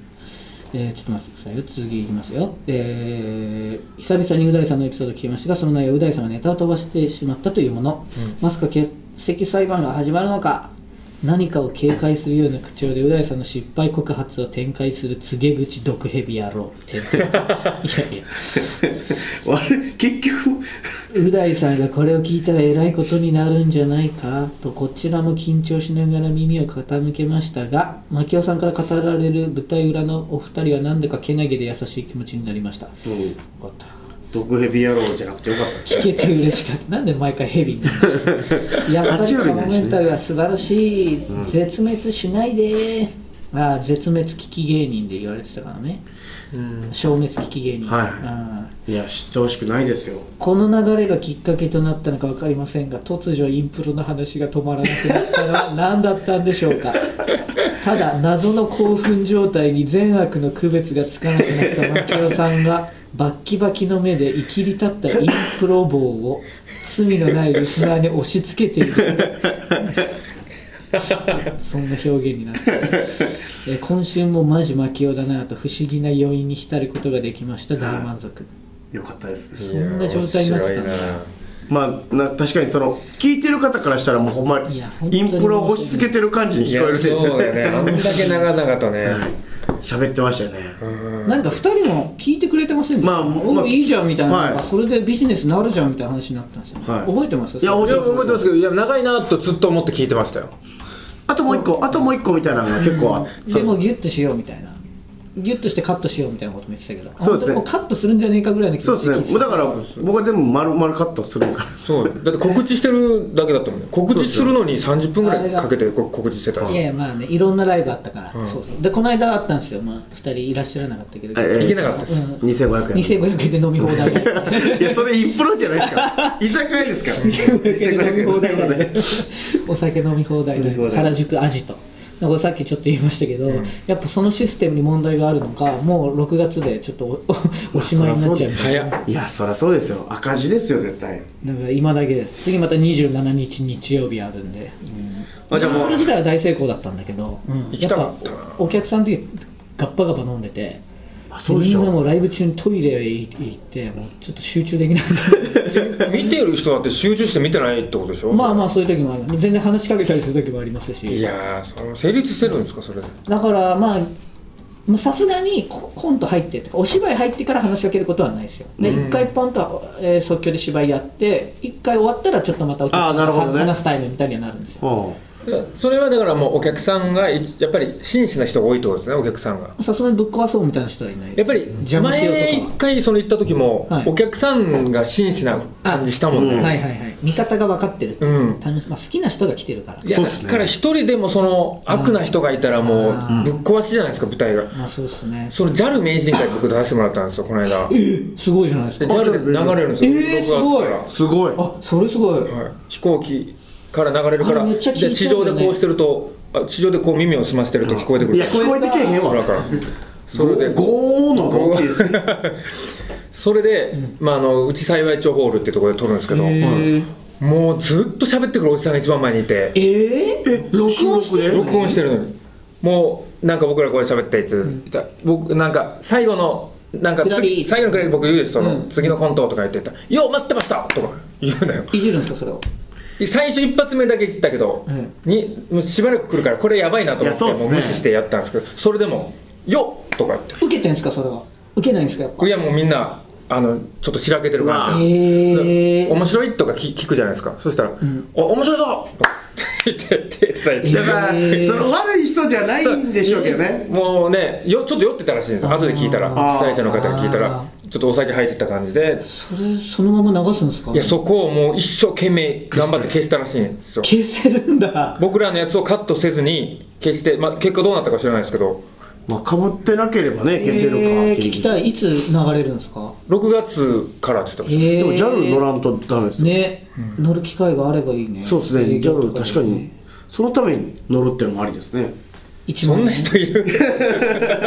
S1: えーちょっと待ってくださいよ次いきますよえー久々にう大さんのエピソード聞きましたがその内容う大さんがネタを飛ばしてしまったというもの、まさか欠席裁判が始まるのか何かを警戒するような口調でう大さんの失敗告発を展開する告げ口毒蛇野郎 っていやいや
S3: あれ結局
S1: う大さんがこれを聞いたらえらいことになるんじゃないかとこちらも緊張しながら耳を傾けましたが牧雄さんから語られる舞台裏のお二人はなんだかけなげで優しい気持ちになりましたよ
S3: うん
S1: かった
S3: 毒蛇野郎じゃなくてよかったです
S1: 聞けて嬉しかったなんで毎回ヘビになるのやっぱりカモメンタルは素晴らしい、絶滅しないでああ絶滅危機芸人で言われてたからね消滅危機芸人、
S3: はい
S1: ああ
S3: いや知ってほしくないですよ
S1: この流れがきっかけとなったのか分かりませんが突如インプロの話が止まらなくなったのは何だったんでしょうかただ謎の興奮状態に善悪の区別がつかなくなったマキオさんがバッキバキの目で生きり立ったインプロ棒を罪のないリスナーに押し付けているそんな表現になってえー今週もマジマキオだなぁと不思議な余韻に浸ることができました大満足
S3: よかったです
S1: そんな状態になってたんだ
S2: いや面白いな
S3: まあな確かにその聞いてる方からしたらもうほんま
S1: いや本当に
S3: インプロを押し付けてる感じに
S2: い
S3: 聞
S2: や
S3: こえるでし
S2: そうだよ ね
S3: ょ
S2: あんだけ長々とね
S3: 喋ってましたよね
S2: うん
S1: なんか2人も聞いてくれてませんでした、
S3: まあ
S1: お
S3: まあ
S1: いいじゃんみたいな、
S3: はい
S1: それでビジネスなるじゃんみたいな話になってましたね、
S3: はい
S1: 覚えてます
S3: いや
S1: それ
S2: いや覚えてますけどいや長いなとずっと思って聞いてましたよ
S3: あともう一個あともう一個みたいなのが結構あ
S1: でもうギュッとしようみたいなギュッとしてカットしようみたいなことも言ってたけど
S3: そうですね
S1: 本当もカットするんじゃねえかぐらいの気
S3: そ
S1: 持
S3: う
S1: ちで
S3: で
S1: 聞いて
S3: すねもう
S1: た
S3: だから僕は全部丸丸カットするから
S2: そうだって告知してるだけだったもんね告知するのに30分ぐらいかけてこ告知してたん
S1: い
S2: で
S1: やいやまあねいろんなライブあったから、そうそうでこの間あったんですよ、まあ、2人いらっしゃらなかったけど、
S3: ええ
S2: いけなかったです
S1: うん
S3: 2500円
S1: 2500円で飲み放題
S3: いやそれインプロじゃないですから居酒屋ですから2500円で
S1: お酒飲み放題
S3: 飲み放
S1: の
S3: 題
S1: 原宿アジトだからさっきちょっと言いましたけど、やっぱそのシステムに問題があるのかもう6月でちょっとおおお しまいになっちゃうみたい
S2: 早
S1: な
S2: っ
S3: いやそりゃそうですよ赤字ですよ絶対
S1: だから今だけです次また27日日曜日あるんで、うん、
S3: あじゃあもう
S1: インプロ自体は大成功だったんだけど、うん
S2: 行
S1: や
S2: き
S1: った
S2: か
S1: ぱ
S2: ったな
S1: お客さんの時ガッパガバ飲んでて
S3: あそうで
S1: み
S3: しょ
S1: んなもうライブ中にトイレへ行ってもうちょっと集中できなくて
S2: 見てる人だって集中して見てないってことでしょ
S1: まあまあそういう時もある全然話しかけたりする時もありますし
S2: いやーその成立してるんですかそれで
S1: だからまあまあさすがにココント入ってとかお芝居入ってから話しかけることはないですよで一、回ポンと、えー即興で芝居やって一回終わったらちょっとまたお客さ
S3: あー
S1: ん
S3: なるほどね
S1: 話すタイムみたいにはなるんですよ
S3: うん
S2: それはだからもうお客さんがいやっぱり真摯な人が多いってことですねお客さんが
S1: さすがにぶっ壊そうみたいな人はいない
S2: やっぱり
S1: 邪魔しよう
S2: 前一
S1: とか
S2: 回その行った時も
S1: はい
S2: お客さんが真摯な感じしたもん
S1: はは
S2: ね
S1: いはいはい見方が分かってるっていう
S2: うん
S1: 楽しまあ、好きな人が来てるから
S2: いや
S3: そう
S2: だ
S3: っすね
S2: から一人でもその悪な人がいたらもう
S1: あー
S2: ぶっ壊しじゃないですか舞台が
S1: まあそうですね
S2: その JAL 名人会僕出させてもらったんですよこの間
S1: えーすごいじゃないです
S2: で
S1: か
S2: JAL で流れるんですよ、
S1: えーすごい
S2: 録画し
S3: すごい
S1: あそれすごい、
S2: たらはい飛行機から流れるから
S1: あれめっちゃ聞いちゃうんだよね
S2: で地上でこうしてるとあ地上でこう耳を澄ませてると聞こえてくる
S3: いや聞こえてけえへん
S2: 空
S3: わ
S2: からそれで
S3: ゴーの方が大きい ですね
S2: それで、まあ、あのうち幸町ホールっていうところで撮るんですけど、
S1: え
S2: もうずっと喋ってくるおじさんが一番前にいて
S1: えー、録音してる
S2: 録音してるのにもうなんか僕らこうやって喋ったやつ、僕なんか最後のなんか
S1: くだり
S2: つ最後のくらい僕言うですその、
S1: うん
S2: 次のコントとか言ってた「よう待ってました!」とか言うなよ
S1: いじるんですかそれを
S2: で最初一発目だけ知ったけど、
S1: うん
S2: にもうしばらく来るからこれやばいなと思って
S3: いやそうっす
S2: も
S3: ね
S2: う無視してやったんですけどそれでも「よっ!」とか言って
S1: 受けてんですかそれは受けないんですかやっぱ
S2: いやもうみんなあのちょっとしらけてる感じで
S3: うわ
S1: ええー、
S2: 面白いとか聞聞くじゃないですかそしたら「
S1: ん
S2: お面白いぞ!」って 言って手叩いて
S3: だから、
S1: えー
S3: その悪い人じゃないんでしょうけどね
S2: もうねよちょっと酔ってたらしいんですよ後で聞いたら
S3: あー
S2: 被災者の方に聞いた
S1: あ
S2: らちょっとお酒入ってた感じで
S1: それそのまま流すんですか
S2: いやそこをもう一生懸命頑張って消したらしいんですよ
S1: 消せるんだ
S2: 僕らのやつをカットせずに消して、まあ、結果どうなったか知らないですけど
S3: まあかぶってなければね 消せるかって
S1: え
S3: い
S1: ー、
S3: う、
S1: 聞きたいいつ流れるんですか
S2: 6月からって言ってました
S1: え
S3: でも JAL 乗
S1: ん
S3: らんとダメですよ、
S1: ね、乗る機会があればいいね
S3: そうですね
S1: 営業
S3: JAL
S1: とで
S3: 確かにそのために乗るっていうのもありですね
S1: 一
S2: そ
S1: 万円
S2: んな人いる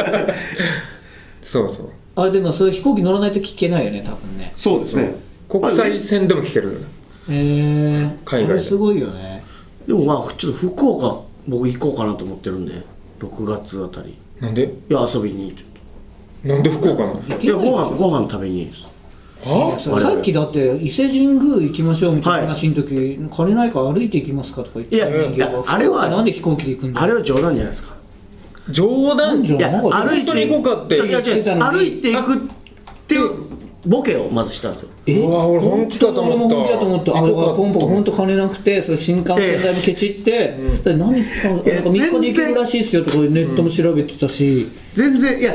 S2: そうそう
S1: あでもそれ飛行機乗らないと聞けないよね多分ね
S3: そうですね
S2: 国際線でも聞ける
S1: へえー、
S2: 海外で
S1: これすごいよね
S3: でもまあちょっと福岡僕行こうかなと思ってるんで6月あたり
S2: なんで
S3: いや遊びにちょっ
S2: なんで福岡なの
S1: 行
S3: とい
S1: け
S3: や
S1: ないでし
S3: ご
S1: ょ
S3: 飯ご飯食べに
S1: い
S2: は
S1: やささっきだって伊勢神宮行きましょうみたいな話の時、金ないから歩いて行きますかとか言ってたのに
S3: いやいやあれは
S1: 福岡なんで飛行機で行くんだ
S3: あれは冗談じゃないですか
S2: あ冗談じゃ
S1: い
S2: ん
S3: いや
S1: なんか
S3: 歩い
S2: 本当に
S3: て
S2: 行こうかって
S3: いや違う
S1: 言ってたのに
S3: 歩いていくっていうボケをまずしたんですよ
S1: え
S2: うわ俺本気かと思っ
S1: 本当
S2: た
S1: に俺も本気だと思ったあだからポンポン本当金なくてそれ新幹線代もケチって、で何かなんか3日で行けるらしいですよとかネットも調べてたし、
S3: 全然いや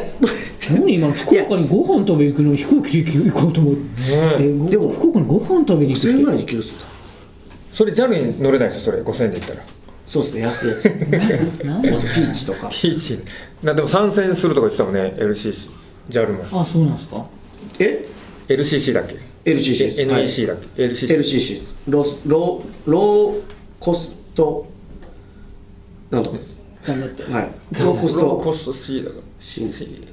S1: 何今の福岡にご飯食べに行くのに飛行機で行こうと思って、え
S3: でも
S1: 福岡にご飯食べに行くっ
S3: 5000円ぐ
S1: て
S3: らいで行けるっすよ
S2: それ JAL に乗れないですよそれ5000円で行ったら
S4: そうですね安いやつ
S1: なんだ
S4: あとピーチとか
S2: ピーチなでも参戦するとか言ってたもんね LCC JAL も
S1: あそうなんですか
S4: え
S2: LCC だっけ
S4: LCC です
S2: え NEC だっけ LCC
S4: LCC ですロスローローコストなんとかです
S1: 頑張って
S4: はいローコス
S2: ロー
S4: ト
S2: コスト C だから
S4: C
S2: C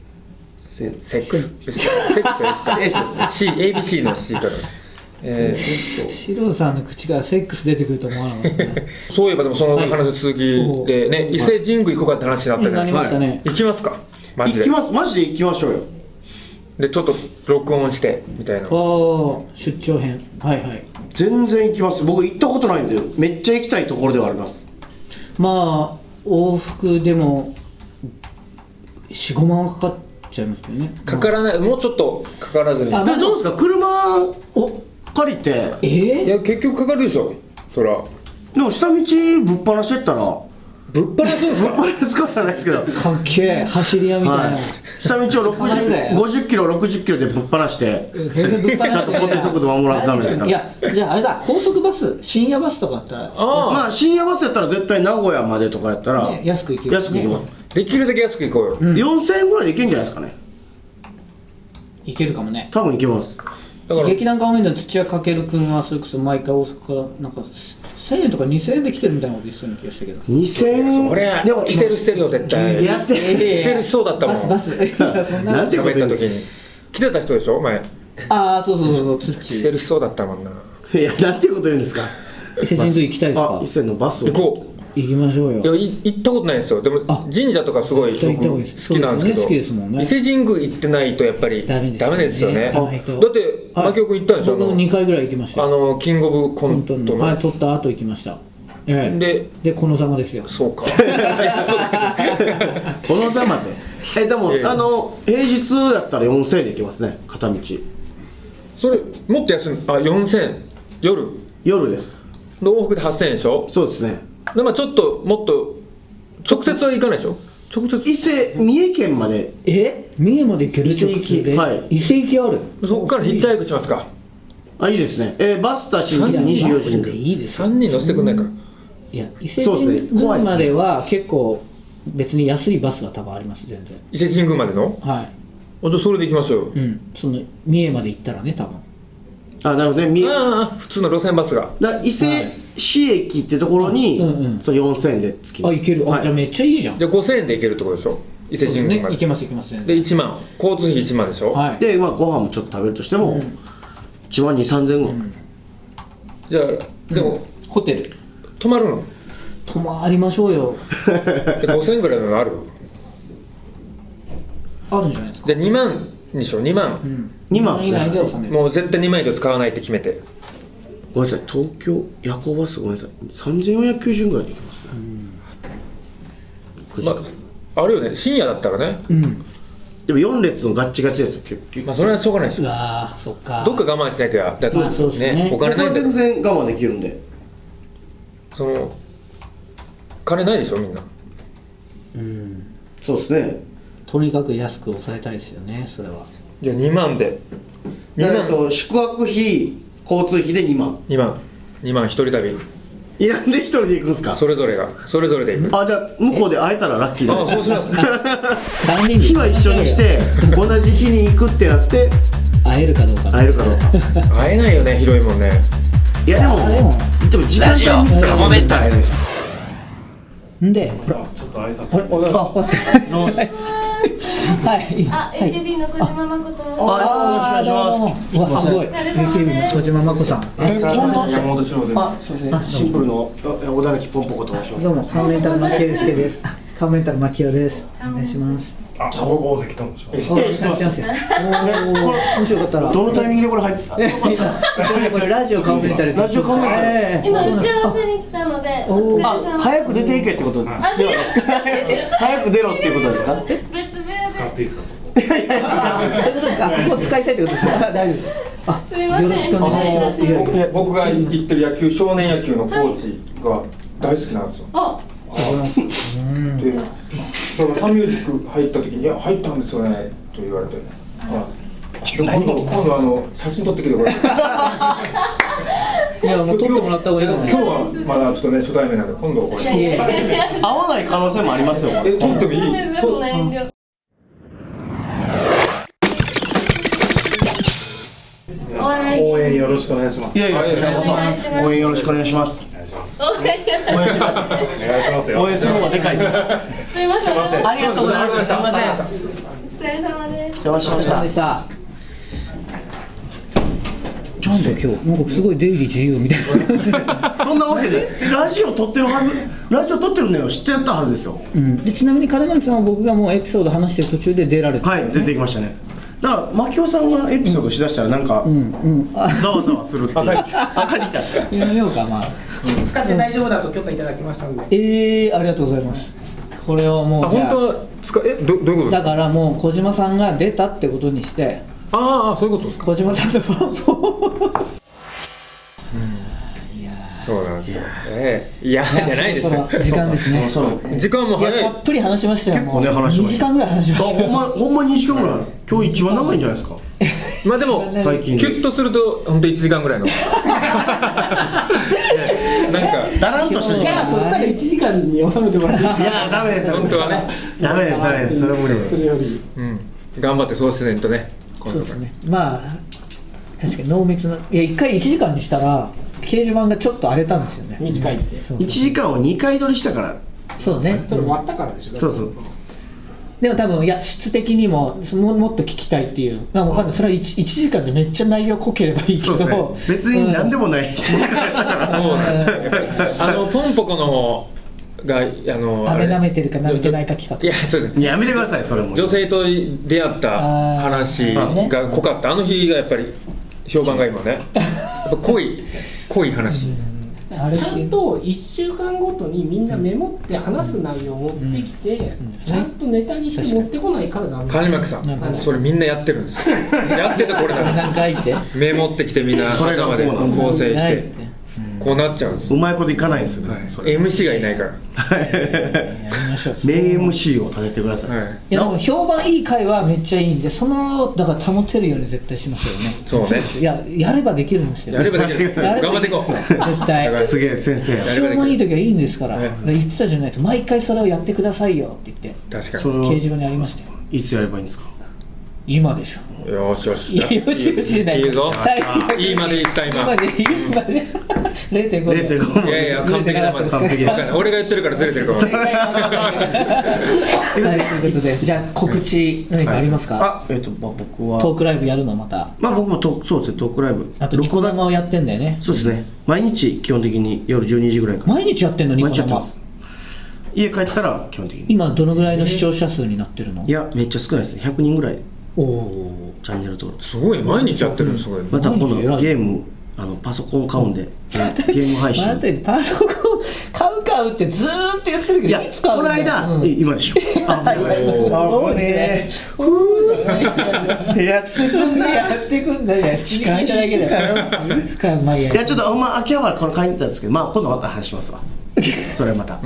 S4: セン
S2: セックスセックスですか C ABC の C からえー
S1: シドさんの口からセックス出てくると思わな かったね
S2: そういえばでもその話の続きでね、伊勢神宮行こうかって話になったじゃないですか、
S1: なりましたね
S2: 行きますかマジ
S3: 行
S2: で
S3: きますマジで行きましょうよ
S2: でちょっと録音してみたいな
S1: おー出張編はいはい
S3: 全然行きます僕行ったことないんでめっちゃ行きたいところではあります
S1: まあ往復でも45万はかかっちゃいますけどね
S2: かからないもうちょっとかからずに
S1: あ
S2: い
S3: でどうですか車を借りて
S1: ええ
S2: や結局かかるでしょそら
S3: でも下道ぶっ放してったら
S2: ぶっ放すんです
S3: ぶっ
S2: か
S3: 放すことはないですけど
S1: かっけえ走り屋みたいな、
S3: はい、下道
S1: 捕
S3: を
S1: まるぜ
S3: 60 50キロ、60キロでぶっ放して、
S1: 全然ぶっ放
S3: ちゃんと法定速度守らないとダメですから
S1: いやじゃああれだ高速バス深夜バスとかだったら、
S2: あ
S3: まあ、深夜バスやったら絶対名古屋までとかやったら、
S1: ね安く行ける
S3: 安く行きます、
S2: あできるだけ安く行こうよ、
S1: うん
S3: 4000円ぐらいで行けんじゃないですかね、
S1: 行けるかもね
S3: 多分行けます、
S2: だから
S1: 劇団カウメントの土屋翔君はそれこそ毎回大阪からなんか1000円とか2000円で来てるみたいなこと言ってたような気がしたけど
S3: 2000
S2: そりゃ
S3: でも、
S2: 着てるしてるよ絶対
S3: やって
S1: いやいやいや
S2: 着てるしそうだったもん
S1: バスバスいやそんな
S3: なんて
S2: 喋った時に来てた人でしょ前
S1: ああそうそうそうそう
S2: 着て
S1: 土
S2: るしそうだったもんない
S3: や、なんていうこと言うんですか、
S1: 伊勢神宮行きたいです
S3: あ
S1: か
S3: 伊勢のバスを
S2: 行こう
S1: 行きましょうよ
S2: いやい行ったことないんですよでも
S1: あ
S2: 神社とかすごい
S1: 絶対行った方がいいです
S2: 僕好きなんです
S1: そう
S2: けど
S1: ですね好きですもんね
S2: 伊勢神宮行ってないとやっぱり
S1: ダ
S2: ダ
S1: メ
S2: メ
S1: ですよね
S2: ですよね
S1: 行かないと
S2: だって
S1: はい
S2: 牧尾君行ったんでしょ
S1: 僕も2回ぐらい行きました
S2: あ
S1: よ
S2: のキングオブコ
S1: コ
S2: ン
S1: ン
S2: ト
S1: ト
S2: の
S1: のはい撮った後行きましたええ
S2: で
S1: でこのざまですよ
S2: そう か
S3: この座まで、えでも
S2: いやいや
S3: あの、平日やったら4000円で行けますね、片道、
S2: それもっと安いあ4000夜
S3: 夜です、
S2: の往復で8000円でしょ
S3: そうですね、
S2: でまあちょっともっと直接は行かないでしょ直接
S3: 伊勢、三重県まで、
S1: え三重まで行ける
S3: 伊勢行き
S1: 直通で
S3: はい
S1: 伊勢行きある
S2: そこからヒッチハイクしますか
S3: あいいですね、えーバスタ新
S1: い
S3: 宿
S1: や
S3: 24
S1: バス
S3: 時
S1: で
S3: に。
S1: いいですよ
S2: 3人乗せてくんないから
S1: いや伊勢
S3: そう
S1: 神
S3: ですね怖
S1: 宮
S3: いっすね
S1: までは結構別に安いバスは多分あります全然
S2: 伊勢神宮までの
S1: は
S2: あじゃあそれで行きましょうよ
S1: いうんその三重まで行ったらね多分
S3: あなるほどね三重
S2: ああ普通の路線バスが
S3: だ伊勢市駅ってところに、
S1: うんうん
S3: その4000円で月
S1: あ行けるあ、
S3: はい
S1: じゃあめっちゃいいじゃん
S2: じゃあ5000円で行けるってことでしょ伊
S1: そ
S2: 勢
S1: うです
S2: 神宮
S1: ね
S2: まで
S1: 行けます行けます全
S2: で
S1: 然
S2: 1万交通費1万でしょ、
S1: はい
S3: で、まあ、ご飯もちょっと食べるとしても、
S1: うん
S3: 1万2、3000
S1: う
S3: ぐらい。
S1: ん
S2: じゃあでも、
S1: ホテル
S2: 泊まるの
S1: 泊まりましょうよ
S2: で5000円ぐらいのある
S1: あるんじゃないですか
S2: じゃあ2万にしよう2
S1: う
S2: 万、
S1: ん
S3: 二万
S1: 以内で収める
S2: もう絶対2万以上使わないって決めて
S3: ごめんなさい、東京夜行バスごめんなさい、3490円ぐらいで行きますね。
S2: まああるよね深夜だったらね
S1: うん
S3: でも4列のガッチガチですよ、結局。
S2: まあそれはしょうがないです
S1: う
S2: よ
S1: わーそっか
S2: どっか我慢しなきゃだって
S1: まあそうですね
S2: お金な
S3: 僕
S2: い
S3: は
S2: んだ
S3: 全然我慢できるんで。
S2: その金ないでしょみんな
S1: うん
S3: そうですね。
S1: とにかく安く抑えたいですよねそれ は
S2: じゃあ2万で
S3: え
S2: 2万
S3: っと、宿泊費、交通費で2万。
S2: 2万2万一人旅
S3: いや、なんで一人で行くんですか
S2: それぞれがそれぞれで行く
S3: あ、じゃあ、向こうで会えたらラッキーだ
S2: あそうします
S1: 3人で
S3: 日は一緒にして、同じ日に行くってなって、
S1: 会えるかどうか
S3: 会えるかどうか。
S2: 会えないよね広いもんね
S3: いや、でも
S1: あ、でも
S3: でも時間
S5: ラジ
S3: 帯
S5: オ
S3: 見せたら
S5: カモメンタル
S1: んでほら
S7: ちょっと挨拶
S1: あれあお疲れ様です はい
S8: あ、AKB の小島誠と
S3: あはい
S8: 申
S3: よろしくお願いしま
S1: うわす
S3: す
S1: ごい
S8: お疲れ様です
S1: AKB の小島真子さん
S3: え近藤さん
S7: 山本翔です
S3: あ、すみません。シンプルのあ小田貫ポンポコと申します。
S1: どうも、カウメンタルマキオユスケです。あカウメンタルマキオです。お願いします。
S7: あ、小郷関と申します
S1: お願いしますよ。おーもしよかったら。
S3: どのタイミングでこれ入ってた？
S1: ちょうどこれラジオカウメンタルって。
S3: ラジオカウメンタル
S1: ええ
S8: 今
S1: そうなん
S8: 打
S1: で
S8: ち
S1: す
S8: 合わせに来たので
S1: おー
S8: お疲れ様
S3: あ、早く出ていけってことでは
S8: あ、
S3: ないですか。早く出ろっていうことですか？
S8: 別部屋
S7: 使っ
S8: で
S7: ていいですか
S1: あそういうことですか。ここ使いたいってことですか。あ大丈夫です。あ、
S8: すいません
S1: よろしくお願いします。いやいや
S2: 僕僕が行ってる野球少年野球のコーチが大好きなんですよ
S8: あ、
S2: でだからサンミュージック入った時に「いや入ったんですよね」と言われて「はいでも今度今度あの写真撮ってきてくだ さい」
S1: いやもう取ってもらった方がいいんじゃ
S2: 今
S1: ない
S2: 日はまだちょっとね初対面なんで今度こ
S8: いやい
S2: れ
S8: やいや
S3: 合わない可能性もありますよ。これ
S2: え撮ってもい
S8: なん
S2: い
S8: でそんな遠慮お笑い
S7: 応援よろしくお願いします
S3: いやいや、こちらこ
S8: お願いしま
S3: そ
S8: す
S3: 応援よろしくお願いします。
S8: お願いし
S3: 応援します。
S7: お願いしますよ
S3: 応援する方がでかいです。
S8: ますすいませんお
S3: ありがとうございました。すみません。
S8: 疲れ様です
S3: 邪魔しました
S1: で。さ。ジョンで今日なんかすごい出入り自由みたいな。
S3: そんなわけでラジオ撮ってるはず、ラジオ撮ってるのよ知ってたはずですよ。
S1: うん。でちなみに金丸さんは僕がもうエピソード話してる途中で出られてた。
S3: はい、出てきましたね。だからマキオさんがエピソードしだしたらなんか
S1: うんうん。あ、
S3: ざわざわするっていう。
S1: やめようかまあ。
S9: 使って大丈夫だと許可いただきましたので、
S1: ええありがとうございます。これをもう
S2: あ
S1: じゃ
S2: 本当は使えどどういうこと
S1: あ
S2: で
S1: だ
S2: すか
S1: からもう小島さんが出たってことにして、
S2: ああそういうことですか
S1: 小島さんのファンを。
S2: そうなんですよええいやじゃないです
S1: そろ
S2: よ
S1: そろ時間ですね。
S3: その
S2: 時間も
S1: いや
S2: 早
S1: た
S2: い
S1: っぷり話しましたよ。
S3: 結構ね話し
S1: 2
S3: ました
S1: 時間ぐらい話し
S3: あ
S1: ました
S3: ほんま
S1: よ。
S3: ほんま2時間ぐらい今日一番長いんじゃないですか
S2: まあでも
S1: ね
S3: 最
S2: キ
S3: 近
S2: ュッとすると本当1時間 ぐらいのねなんか
S3: だらんとした時
S9: じゃあそしたら1時間に収めてもらっていいです
S3: い
S9: か
S3: やダメですよ
S2: 本当はね
S3: ダメですダメですそれは無理です
S9: るより
S2: うん頑張ってそうせないとね今
S1: そ
S2: 度
S1: う
S2: か
S1: で
S2: ら
S1: すね。まあ確かに濃密な。いや一回1時間にしたら掲示板がちょっと荒れたんですよね。
S9: 短いって
S1: そう
S3: 1時間を2回撮りしたから
S1: そうね。
S9: それ終わったからでしょ
S3: そうそう
S1: でも多分いや質的にもそももっと聞きたいっていうまあわかんないそれは 1, 時間でめっちゃ内容濃ければいいけ
S3: そ
S1: ど
S3: うですね別に何でもない1時間やったから
S2: そうなんですよやっぱりあのポンポコの方があのあれ
S1: 飴舐めてるか舐めてないか企画
S2: いやそうですね
S3: やめてくださいそれも
S2: 女性と出会った話が濃かったあの日がやっぱり評判が今ねやっぱ濃い濃い話
S1: あれ
S9: ちゃんと1週間ごとにみんなメモって話す内容を持ってきて、
S1: ん
S9: ちゃんとネタにして持ってこないからダメ
S2: 金巻さ
S1: なん
S2: ん
S1: か
S2: それみんなやってるんですよやっててこれなんです
S1: 何回って
S2: メモってきてみんな
S3: それが
S2: 頭で
S3: こうなんですよ
S2: 構成し
S1: ないってて
S2: こうなっちゃうんです
S3: うまいこといかないんですよ
S2: はい
S3: ねそれ
S2: MC がいないから
S1: やりましょう
S3: 名 MC を立ててください
S2: はい
S1: いやでも評判いい回はめっちゃいいんでそのだから保てるように絶対しますよね
S2: そう ね
S1: いややればできるんですよ
S2: やればできる
S1: やれば
S2: 頑張っていこ
S1: で
S2: う
S1: きるんですよ絶対
S2: だから
S3: すげえ先生や
S2: やればできる
S1: 評判いい時はいいんですから
S2: ね
S1: だから言ってたじゃないですか毎回それをやってくださいよって言って
S2: 確か
S3: そ
S2: に
S3: れ
S1: 掲示板
S3: を
S1: にありましたよ
S3: いつやればいいんですか
S1: 今でしょ
S2: よしよし
S1: いやよしよしじゃない
S2: いいぞ
S1: 最悪
S2: いいまで言った今
S1: 今で今 で0.5秒
S10: 0.5
S2: いやいや完璧だまだ
S1: 完璧です
S2: はい俺が言ってるからずれてるかも
S1: 正解わかんないはいということでじゃあ告知何かありますか、
S3: あえっ、と、まあ、僕は
S1: トークライブやるのまた
S3: まあ僕もトークそうですねトークライブ
S1: あとニコ生をやってんだよね
S3: そうですね毎日基本的に夜12時ぐらいから
S1: 毎日やってんのニコ
S3: 毎日やってま
S1: 生
S3: す家帰ったら基本的に
S1: 今どのぐらいの視聴者数になってるの
S3: いやめっちゃ少ないですね100人ぐらい
S1: おお
S3: チャンネル登録
S2: すごいね毎日やってるのすごいね
S3: また今度
S1: 毎日偉い
S3: ゲームあのパソコン買うんで、ゲーム配信
S1: 待ってパソコン買う買うってずーっと言ってるけ
S3: い
S1: ど
S3: や
S1: いつ買う
S3: こ
S1: の
S3: の間、
S1: うん
S3: え今 でしょあ
S1: そう ね
S10: いやつ
S1: やってくんだよ聞いただけだよいつかうまいや
S3: いやちょっとほんま秋葉原この買いに行ったんですけどまあ今度また話し ますわそれはまた、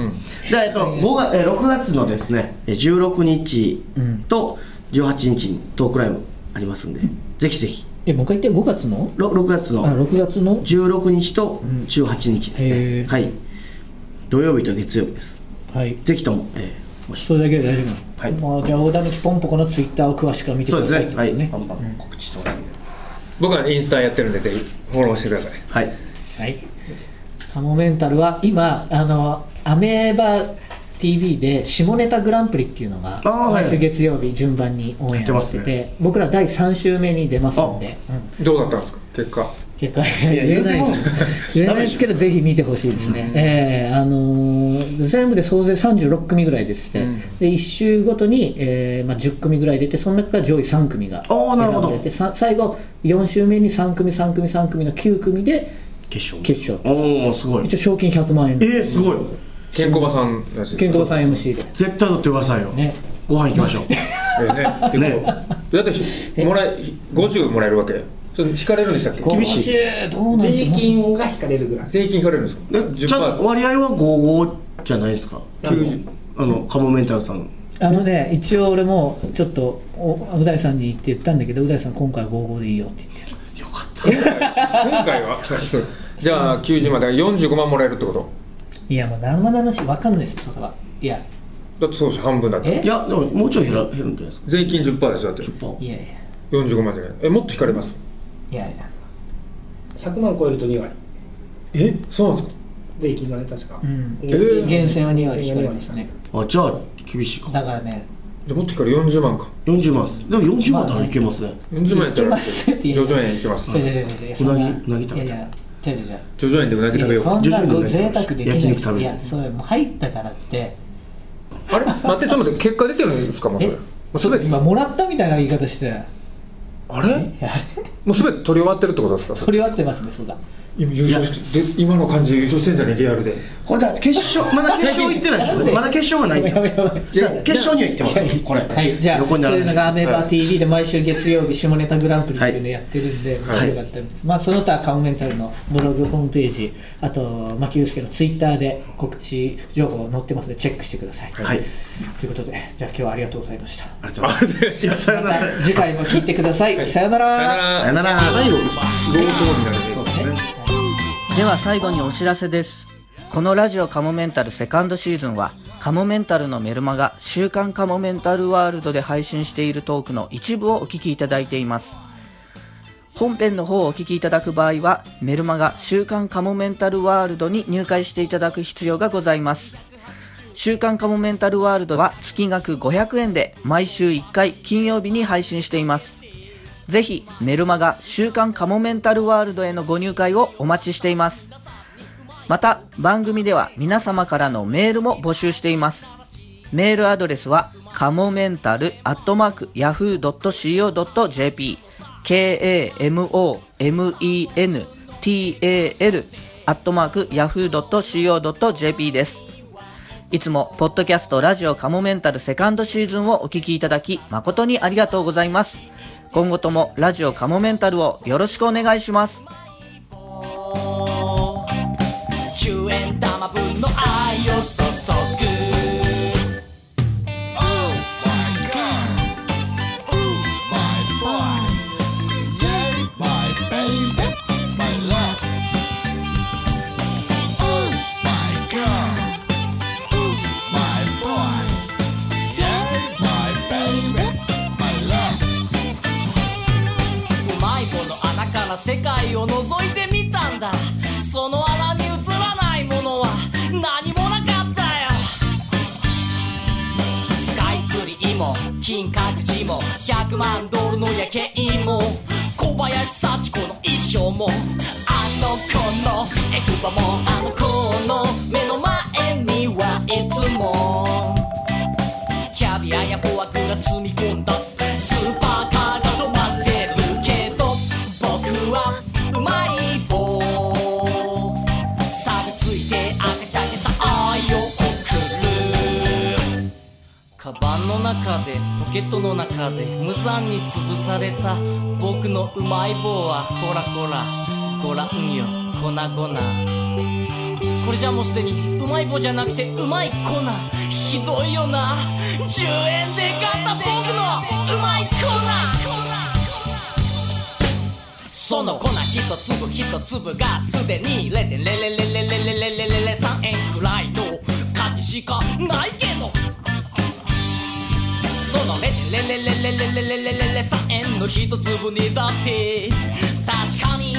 S3: じゃあ、えっと、5月えー6月のですねえー16日と18日にトークライブありますんで、ぜひぜひ
S1: えもう一回言って5月の
S3: ろ6月
S1: あ
S3: の
S1: 6月の
S3: 16日と18日ですね、
S1: へー
S3: はい土曜日と月曜日です
S1: はい
S3: ぜひとも、えーもし
S1: それだけで大丈夫
S3: はい
S1: まあじゃあ大田貫ポンポコのツイッターを詳しくは見て
S3: そ
S1: く
S3: う
S1: だ
S3: です
S1: さい
S3: ねはい、
S1: って
S3: バ
S1: こ
S3: ンバン告知してますんで、
S2: 僕はインスタやってるんでぜひフォローしてください
S3: はい
S1: とねはいカモメンタルは今あのアメーバ TV で下ネタグランプリっていうのが
S3: あーは
S1: 毎
S3: い
S1: 週月曜日順番に応援
S3: やって
S1: を
S3: ま
S1: し
S3: す
S1: て
S3: ね
S1: て僕ら第3週目に出ますんでうん
S2: どうだったんですか結果
S1: 結果言えないです言えないですけどぜひ見てほしいですね、ええあのー全部で総勢36組ぐらいでして、
S2: うん
S1: で1週ごとに、えーまあ、10組ぐらい出てその中から上位3組が
S3: おー
S1: 選
S3: なるほど
S1: ばれてさ最後4週目に3組3組3組の9組で
S3: 決勝
S1: 決勝
S3: おおすごい
S1: 一応賞金100万円
S3: えー、すごい
S2: ケンコバさんらしい
S1: 健康さん MC で
S3: 絶対取ってくださいよ、
S1: ね
S3: ご飯行きまし ょう
S2: ええね
S3: ね
S2: だってひもらえひ50もらえるわけそれ引かれるんでしたっけ
S3: 厳しい
S1: えーどうなんです
S9: 税
S1: か
S9: 金が引かれるぐらい
S2: 税金引かれるんですか
S3: えちゃんと
S2: 10%
S3: 割合は55じゃないですか
S2: 90
S3: あのカモメンタルさんの
S1: あのね一応俺もちょっとおう大さんに言って言ったんだけどう大さん今回55でいいよって言って
S3: よかった
S2: 今回はそうじゃあ90まで45万もらえるってこと
S1: いやもう生々しいわかんないですよそれはいや
S2: だってそうです半分だっ
S1: え
S2: て
S3: いやでももうちょい減ら減るんじゃないですか
S2: 税金10%ですよだって
S1: いやいや
S2: 45万じゃないえもっと引かれます
S1: いやいや
S9: 100万超えると2割
S2: えそうなんですか
S9: 税金がね確か、
S1: うん
S9: え
S2: ー
S1: 源泉は2割引かれましたね
S3: あじゃあ厳しい
S1: だ
S3: か
S1: からね
S2: じゃあもっと引かれ40万か
S3: 40万ですでも40万ならいけますね、
S2: 40万やった
S1: いけ
S2: ら
S1: ますって言え
S2: 徐々円いきます
S1: ちょちょちょちょちょそんな
S3: うなぎうなぎ食べた
S1: いやいやちょちょちょ
S2: 徐々円でうなぎ食べ
S1: い
S2: よ
S1: や
S2: う
S1: そん
S3: 徐
S1: な
S3: 々に
S1: ご
S3: ね
S1: 贅沢できない
S3: 焼肉食
S1: い
S3: べる
S1: やそれもう入ったからって
S2: あれ待ってちょっと待って結果出てるんですかもうそれ
S1: え
S2: もうすべて
S1: 今もらったみたいな言い方して
S2: あれ
S1: いやあれ
S2: もうすべて取り終わってるってことですかそれ
S1: 取り終わってますねそうだ
S2: 今優勝してで今の感じで優勝してんじゃねえリアルで
S3: これだ決勝まだ決勝行ってないですよねまだ決勝がないんですよ
S1: やばいやばい
S3: だから決勝には行ってますよこれ
S1: はい、じゃあ、そ
S3: 横
S1: う
S3: に並
S1: いうん
S3: で
S1: のがアメーバ TV で毎週月曜日、下ネタグランプリっていうのやってるんで、
S2: い
S1: 面白かったです。まあ、その他、カモメンタルのブログ、ホームページ、あと、牧祐介のツイッターで告知情報載ってますので、チェックしてください。
S3: はい
S1: ということで、じゃあ今日はありがとうございました。
S3: ありがとうござい ますいやさよな
S1: ま
S3: ら
S1: た次回も聞いてください。さような
S2: さよな
S1: ら。
S2: ら
S3: さよなら最後
S2: 同等になるね
S11: では最後にお知らせです。このラジオカモメンタルセカンドシーズンは、カモメンタルのメルマが週刊カモメンタルワールドで配信しているトークの一部をお聞きいただいています。本編の方をお聞きいただく場合は、メルマが週刊カモメンタルワールドに入会していただく必要がございます。週刊カモメンタルワールドは月額500円で毎週1回金曜日に配信しています。ぜひメルマガ週刊カモメンタルワールドへのご入会をお待ちしています。また番組では皆様からのメールも募集しています。メールアドレスはカモメンタルアットマーク yahoo.co.jp k-a-m-o-m-e-n-t-a-l アットマーク yahoo.co.jp です。いつも、ポッドキャストラジオカモメンタルセカンドシーズンをお聞きいただき、誠にありがとうございます。今後ともラジオカモメンタルをよろしくお願いします。
S12: 10円玉分の愛を注ぐ Oh my god Oh my boy Yeah my baby my love Oh my god Oh my boy Yeah my baby my love
S13: 世界を覗いてみたんだその穴に映らないものは何もなかったよスカイツリーも金閣寺も100万ドルの夜景も小林幸子の衣装もあの子のエクバもあの子の目の前にはいつもキャビアやフォアグラ積み込んだスーパーカーが止まってるけど僕はうまい棒錆びついて赤ちゃけた愛を送るカバンの中でポケットの中で無残に潰された僕のうまい棒はこらこらご覧よ粉粉これじゃもうすでにうまい棒じゃなくてうまい粉ひどいよな10円で買った僕のうまい粉その粉一粒一粒がすでに0.0000000円くらいの価値しかないけどそのレレレレレレレレレレレ3円の一粒にだって確かに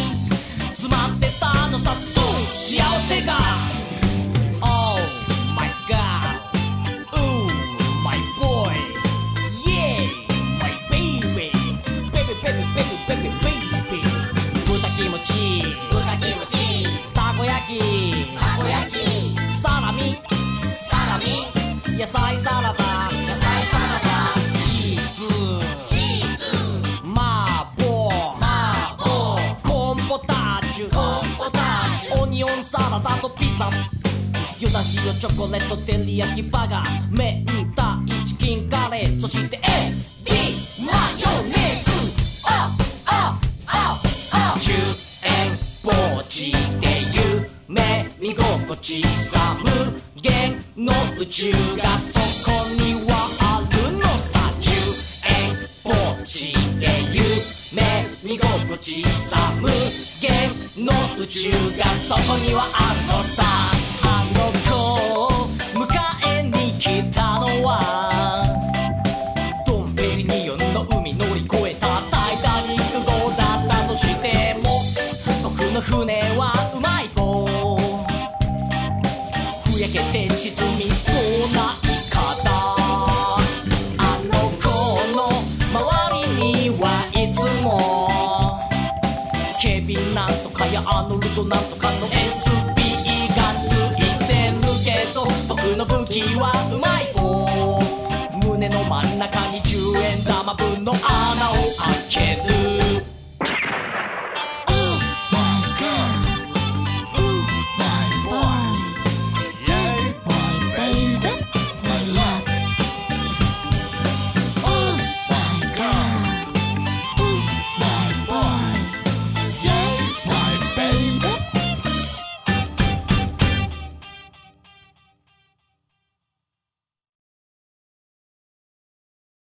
S13: 詰まってたのさうん幸せが Oh my god Ooh my boy Yeah my baby Baby baby baby baby baby 豚キムチ豚キムチたこ焼きたこ焼きサラミサラミ野菜サラダ野菜サラダチーズチーズ麻婆麻婆コーンポタージュコーンポタージュオニオンサラダとピザユダシオチョコレート照り焼きバーガー明太チキンカレーそして A B マヨネーズああああ10円ポーチで夢見心地さ無限の宇宙がそこにはあるのさ10円ポーチで夢見心地さ無限の宇宙がそこにはあるのさあの子を迎えに来たのはドンペリニオンの海乗り越えたタイタニック号だったとしても僕の船はうまい棒ふやけて沈みそうなイカだあの子の周りにはいつも警備なんとかやアーノルドなんとかの SB がついてるけど僕の武器はうまい棒胸の真ん中に10円玉分の穴を開ける